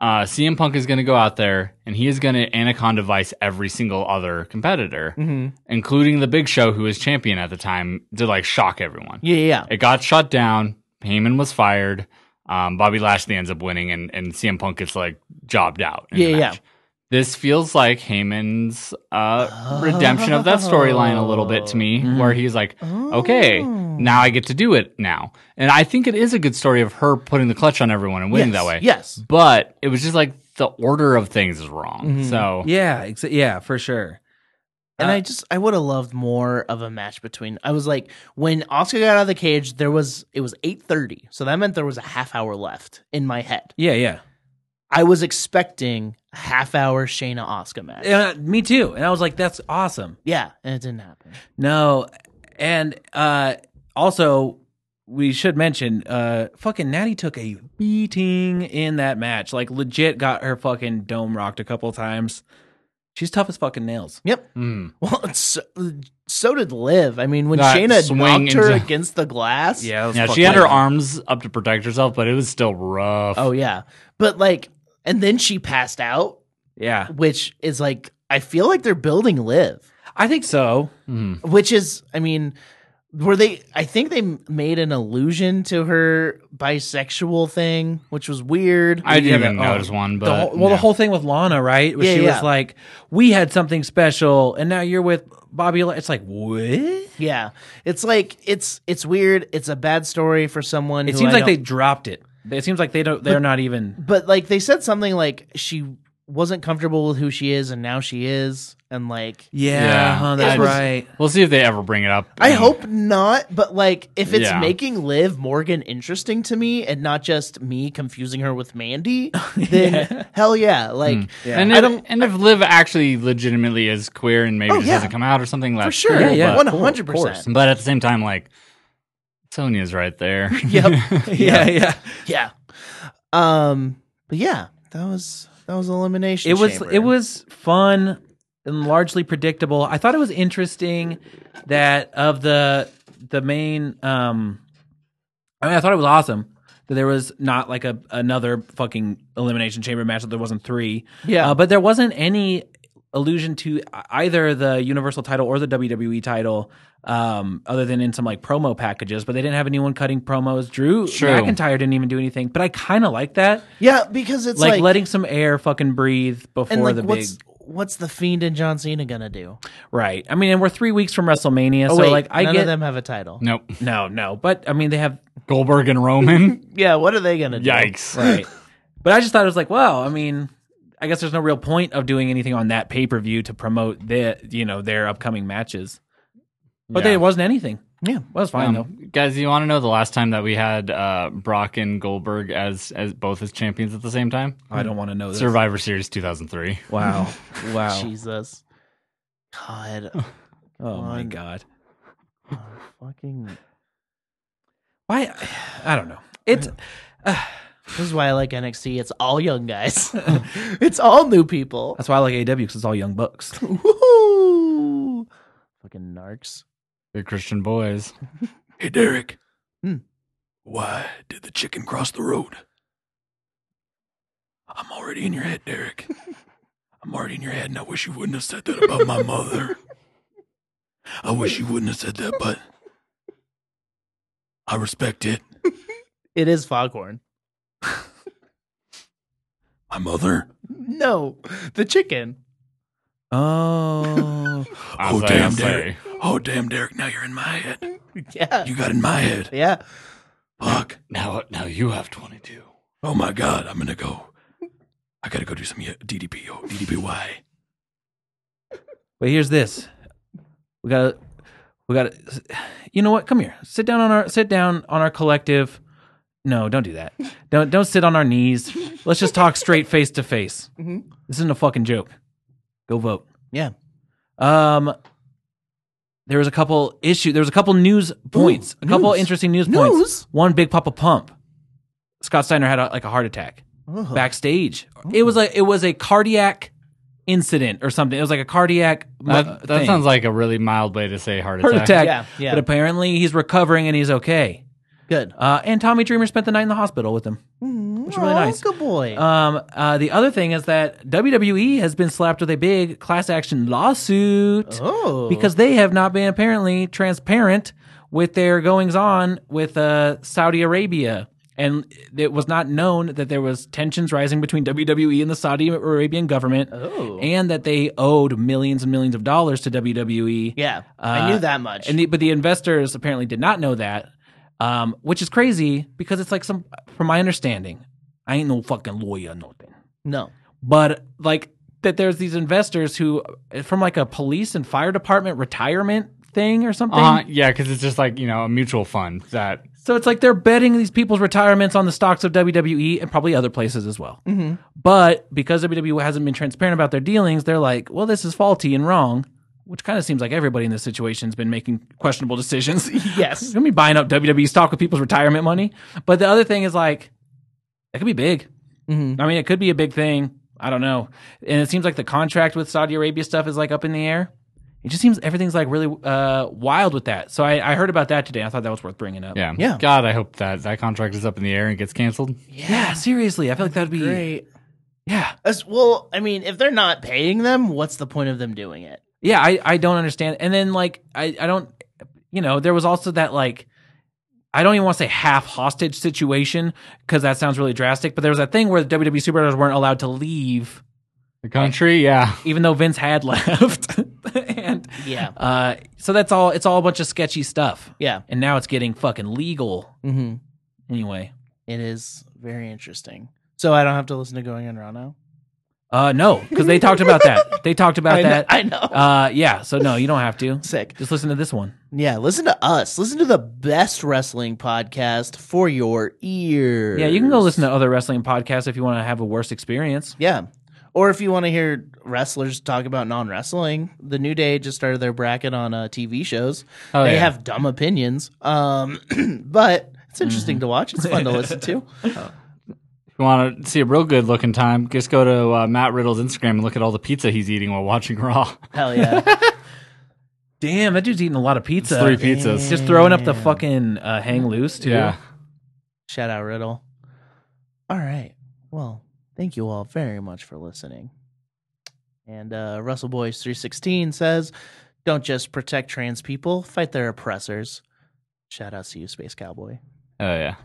Speaker 3: uh, CM Punk is going to go out there and he is going to anaconda vice every single other competitor,
Speaker 2: Mm-hmm.
Speaker 3: including the Big Show, who was champion at the time, to like shock everyone.
Speaker 2: yeah, yeah, yeah.
Speaker 3: It got shut down. Heyman was fired. Um, Bobby Lashley ends up winning, and, and CM Punk gets like jobbed out. in the
Speaker 2: Yeah, yeah.
Speaker 3: match. This feels like Heyman's uh, redemption of that storyline a little bit to me, where
Speaker 2: Mm-hmm.
Speaker 3: he's like, okay,
Speaker 2: Oh.
Speaker 1: Hmm.
Speaker 3: now I get to do it now. And I think it is a good story of her putting the clutch on everyone and winning
Speaker 2: Yes,
Speaker 3: that way.
Speaker 2: Yes.
Speaker 3: But it was just like the order of things is wrong. So,
Speaker 1: Mm-hmm. Yeah, ex- yeah, for sure.
Speaker 2: And
Speaker 1: Uh,
Speaker 2: I just I would have loved more of a match between I was like when Oscar got out of the cage there was it was 8:30 so that meant there was a half hour left in my head.
Speaker 1: Yeah, yeah.
Speaker 2: I was expecting a half hour Shayna Oscar match. Yeah.
Speaker 1: Uh, me too. And I was like, that's awesome.
Speaker 2: and it didn't happen.
Speaker 1: No, and uh, also we should mention, uh, fucking Natty took a beating in that match. Like legit, got her fucking dome rocked a couple times. She's tough as fucking nails.
Speaker 2: Yep.
Speaker 3: mm.
Speaker 2: Well, it's so, so did Liv. I mean, when
Speaker 3: That
Speaker 2: Shayna
Speaker 3: swing
Speaker 2: knocked her
Speaker 3: into-
Speaker 2: against the glass.
Speaker 1: that was
Speaker 3: yeah, she
Speaker 1: fucking-
Speaker 3: had her arms up to protect herself, but it was still rough.
Speaker 2: Oh yeah. But like, and then she passed out,
Speaker 1: Yeah,
Speaker 2: which is like I feel like they're building Liv,
Speaker 1: I think so.
Speaker 3: Mm.
Speaker 2: which is I mean, were they? I think they m- made an allusion to her bisexual thing, which was weird.
Speaker 3: I didn't
Speaker 1: Yeah,
Speaker 3: even
Speaker 1: the- oh,
Speaker 3: notice one, but
Speaker 1: the whole, well,
Speaker 3: yeah.
Speaker 1: the whole thing with Lana, right? Where
Speaker 2: Yeah,
Speaker 1: she
Speaker 2: yeah.
Speaker 1: was like, "We had something special, and now you're with Bobby." La-" It's like what?
Speaker 2: yeah, it's like it's it's weird. It's a bad story for someone.
Speaker 1: It
Speaker 2: who
Speaker 1: seems
Speaker 2: I
Speaker 1: like
Speaker 2: don't-
Speaker 1: they dropped it. It seems like they don't. They're not even.
Speaker 2: But like they said something like she wasn't comfortable with who she is and now she is and like
Speaker 1: Yeah,
Speaker 3: Yeah.
Speaker 1: huh, that's
Speaker 2: It was-
Speaker 3: *laughs*
Speaker 1: right.
Speaker 3: We'll see if they ever bring it up.
Speaker 2: I hope not, but like if it's
Speaker 3: Yeah.
Speaker 2: making Liv Morgan interesting to me and not just me confusing her
Speaker 1: *laughs*
Speaker 2: with Mandy, then hell yeah. Like
Speaker 1: Yeah.
Speaker 3: And
Speaker 2: I
Speaker 3: if,
Speaker 2: don't-
Speaker 3: and if Liv actually legitimately is queer and maybe
Speaker 2: Oh,
Speaker 3: just
Speaker 2: yeah.
Speaker 3: doesn't come out or something,
Speaker 2: for
Speaker 3: that's
Speaker 2: sure.
Speaker 1: Yeah,
Speaker 3: cool,
Speaker 1: yeah.
Speaker 2: One
Speaker 3: But,
Speaker 2: hundred
Speaker 1: Of course. *laughs*
Speaker 2: percent.
Speaker 3: but at the same time, like Sonya's right there.
Speaker 2: Yep.
Speaker 1: Yeah, yeah.
Speaker 2: Yeah. Um but yeah, that was that was elimination.
Speaker 1: It was
Speaker 2: Chamber.
Speaker 1: it was fun and largely predictable. I thought it was interesting that of the the main. um I mean, I thought it was awesome that there was not like a another fucking elimination chamber match. That there wasn't three.
Speaker 2: Yeah.
Speaker 1: Uh, but there wasn't any allusion to e- either the Universal title or the WWE title, um, other than in some like promo packages. But they didn't have anyone cutting promos. Drew
Speaker 3: True.
Speaker 1: McIntyre didn't even do anything. But I kind of like that,
Speaker 2: Yeah, because it's
Speaker 1: like,
Speaker 2: like,
Speaker 1: letting some air fucking breathe
Speaker 2: and
Speaker 1: before
Speaker 2: like
Speaker 1: the big
Speaker 2: what's what's the fiend and John Cena gonna do?
Speaker 1: right. I mean, and we're three weeks from WrestleMania,
Speaker 2: Oh,
Speaker 1: so
Speaker 2: wait,
Speaker 1: like I
Speaker 2: none
Speaker 1: get
Speaker 2: of them have a title.
Speaker 3: nope.
Speaker 1: no, no. But I mean, they have
Speaker 3: Goldberg and Roman.
Speaker 2: Yeah, what are they gonna do?
Speaker 3: Yikes.
Speaker 1: right. but I just thought it was like, well, I mean. I guess there's no real point of doing anything on that pay per view to promote their, you know, their upcoming matches. But
Speaker 3: Yeah.
Speaker 1: there wasn't anything.
Speaker 2: Yeah.
Speaker 1: Well, it's fine though.
Speaker 3: Um, guys, you want to know the last time that we had uh, Brock and Goldberg as as both as champions at the same time?
Speaker 1: I don't want to know this.
Speaker 3: Survivor Series 2003.
Speaker 1: Wow. Wow.
Speaker 2: Jesus. God.
Speaker 1: Oh my
Speaker 2: on.
Speaker 1: god.
Speaker 2: Oh, fucking
Speaker 1: Why *sighs* I don't know. It's
Speaker 2: This is why I like NXT. It's all young guys. *laughs* it's all new people. *laughs*
Speaker 1: that's why I like AW cuz it's all young bucks.
Speaker 2: Woohoo! Fucking narcs.
Speaker 3: The Christian boys.
Speaker 4: Hey, Derek.
Speaker 2: Hmm.
Speaker 4: Why did the chicken cross the road? I'm already in your head, Derek. I'm already in your head, and I wish you wouldn't have said that about my mother. I wish you wouldn't have said that, but I respect it.
Speaker 2: It is Foghorn.
Speaker 4: My mother.
Speaker 2: No, the chicken. *laughs*
Speaker 1: Oh.
Speaker 3: I
Speaker 4: oh,
Speaker 3: was like,
Speaker 4: damn,
Speaker 3: I'm sorry.
Speaker 4: Derek. Oh, damn, Derek. Now you're in my head.
Speaker 2: Yeah.
Speaker 4: You got in my head.
Speaker 2: Yeah.
Speaker 4: Fuck.
Speaker 3: Now, now you have 22.
Speaker 4: Oh, my God. I'm going to go. I got to go do some DDP. Oh, DDPY.
Speaker 1: but here's this. We got to we got to You know what? Come here. Sit down on our sit down on our collective. No, don't do
Speaker 2: *laughs*
Speaker 1: that. Don't don't sit on our knees. Let's just talk straight face to face.
Speaker 2: Mhm.
Speaker 1: This isn't a fucking joke. Go vote.
Speaker 2: Yeah.
Speaker 1: Um, there was a couple issue. There was a couple news points. a couple
Speaker 2: news.
Speaker 1: interesting news,
Speaker 2: News?
Speaker 1: points. One big Papa Pump. Scott Steiner had a, like a heart attack
Speaker 2: Ugh.
Speaker 1: backstage. It was like it was a cardiac incident or something. It was like a cardiac. mu-
Speaker 3: That, that
Speaker 1: thing.
Speaker 3: sounds like a really mild way to say heart attack.
Speaker 1: heart attack.
Speaker 2: Yeah, yeah.
Speaker 1: But apparently he's recovering and he's okay.
Speaker 2: Good.
Speaker 1: Uh, and Tommy Dreamer spent the night in the hospital with him.
Speaker 2: Which
Speaker 1: really nice.
Speaker 2: Good boy.
Speaker 1: Um, uh, the other thing is that WWE has been slapped with a big class action lawsuit
Speaker 2: oh.
Speaker 1: because they have not been apparently transparent with their goings on with uh, Saudi Arabia. And it was not known that there was tensions rising between WWE and the Saudi Arabian government,
Speaker 2: Oh.
Speaker 1: and that they owed millions and millions of dollars to WWE.
Speaker 2: yeah. I
Speaker 1: Uh,
Speaker 2: knew that much.
Speaker 1: And the, but the investors apparently did not know that, um, which is crazy because it's like some, from my understanding, I ain't no fucking lawyer, nothing.
Speaker 2: no.
Speaker 1: But like that, there's these investors who, from like a police and fire department retirement thing or something.
Speaker 3: Uh, yeah, because it's just like, you know, a mutual fund that
Speaker 1: So it's like they're betting these people's retirements on the stocks of WWE and probably other places as well. But because WWE hasn't been transparent about their dealings, they're like, well, this is faulty and wrong, which kind of seems like everybody in this situation has been making questionable decisions. *laughs*
Speaker 2: Yes.
Speaker 1: You're gonna be buying up WWE stock with people's retirement money. But the other thing is like, it could be big.
Speaker 2: Mhm.
Speaker 1: I mean, it could be a big thing. I don't know. And it seems like the contract with Saudi Arabia stuff is like up in the air. It just seems everything's like really uh, wild with that. So I, I heard about that today. I thought that was worth bringing up.
Speaker 3: Yeah.
Speaker 2: Yeah.
Speaker 3: God, I hope that that contract is up in the air and gets canceled.
Speaker 1: Yeah, seriously. I feel like that'd be
Speaker 2: Great.
Speaker 1: yeah.
Speaker 2: As, well, I mean, if they're not paying them, what's the point of them doing it?
Speaker 1: Yeah, I, I don't understand. And then like I, I don't you know, there was also that like I don't even want to say half hostage situation because that sounds really drastic, but there was that thing where the WWE superstars weren't allowed to leave
Speaker 3: The country, yeah.
Speaker 1: even though Vince had *laughs* left. and
Speaker 2: Yeah.
Speaker 1: uh so that's all it's all a bunch of sketchy stuff.
Speaker 2: Yeah.
Speaker 1: And now it's getting fucking legal
Speaker 2: Mm-hmm.
Speaker 1: anyway.
Speaker 2: It is Very interesting. So I don't have to listen to Going on Raw now.
Speaker 1: Uh, no, because they talked about
Speaker 2: *laughs*
Speaker 1: that. They talked about
Speaker 2: I
Speaker 1: *laughs*
Speaker 2: know-
Speaker 1: that.
Speaker 2: I know.
Speaker 1: Uh, yeah. So no, you don't have to.
Speaker 2: Sick.
Speaker 1: Just listen to this one.
Speaker 2: Yeah, listen to us. Listen to the best wrestling podcast for your ears.
Speaker 1: Yeah, you can go listen to other wrestling podcasts if you want to have a worse experience.
Speaker 2: Yeah. Or if you want to hear wrestlers talk about non wrestling, the New Day just started their bracket on uh, TV shows.
Speaker 3: Oh,
Speaker 2: they
Speaker 3: yeah.
Speaker 2: have dumb opinions, um, *clears throat* but it's
Speaker 1: Mm-hmm.
Speaker 2: interesting to watch. It's fun to
Speaker 1: *laughs*
Speaker 2: listen to.
Speaker 3: If you want to see a real good looking time, just go to uh, Matt Riddle's Instagram and look at all the pizza he's eating while watching Raw.
Speaker 2: Hell yeah!
Speaker 1: Damn, that dude's eating a lot of pizza.
Speaker 3: It's three pizzas.
Speaker 1: Just throwing up the fucking uh, hang loose too.
Speaker 3: Yeah.
Speaker 2: Shout out Riddle. All right. Well, thank you all very much for listening. And uh, Russell Boys three sixteen says, "Don't just protect trans people; fight their oppressors." Shout out to you, Space Cowboy.
Speaker 3: Oh yeah.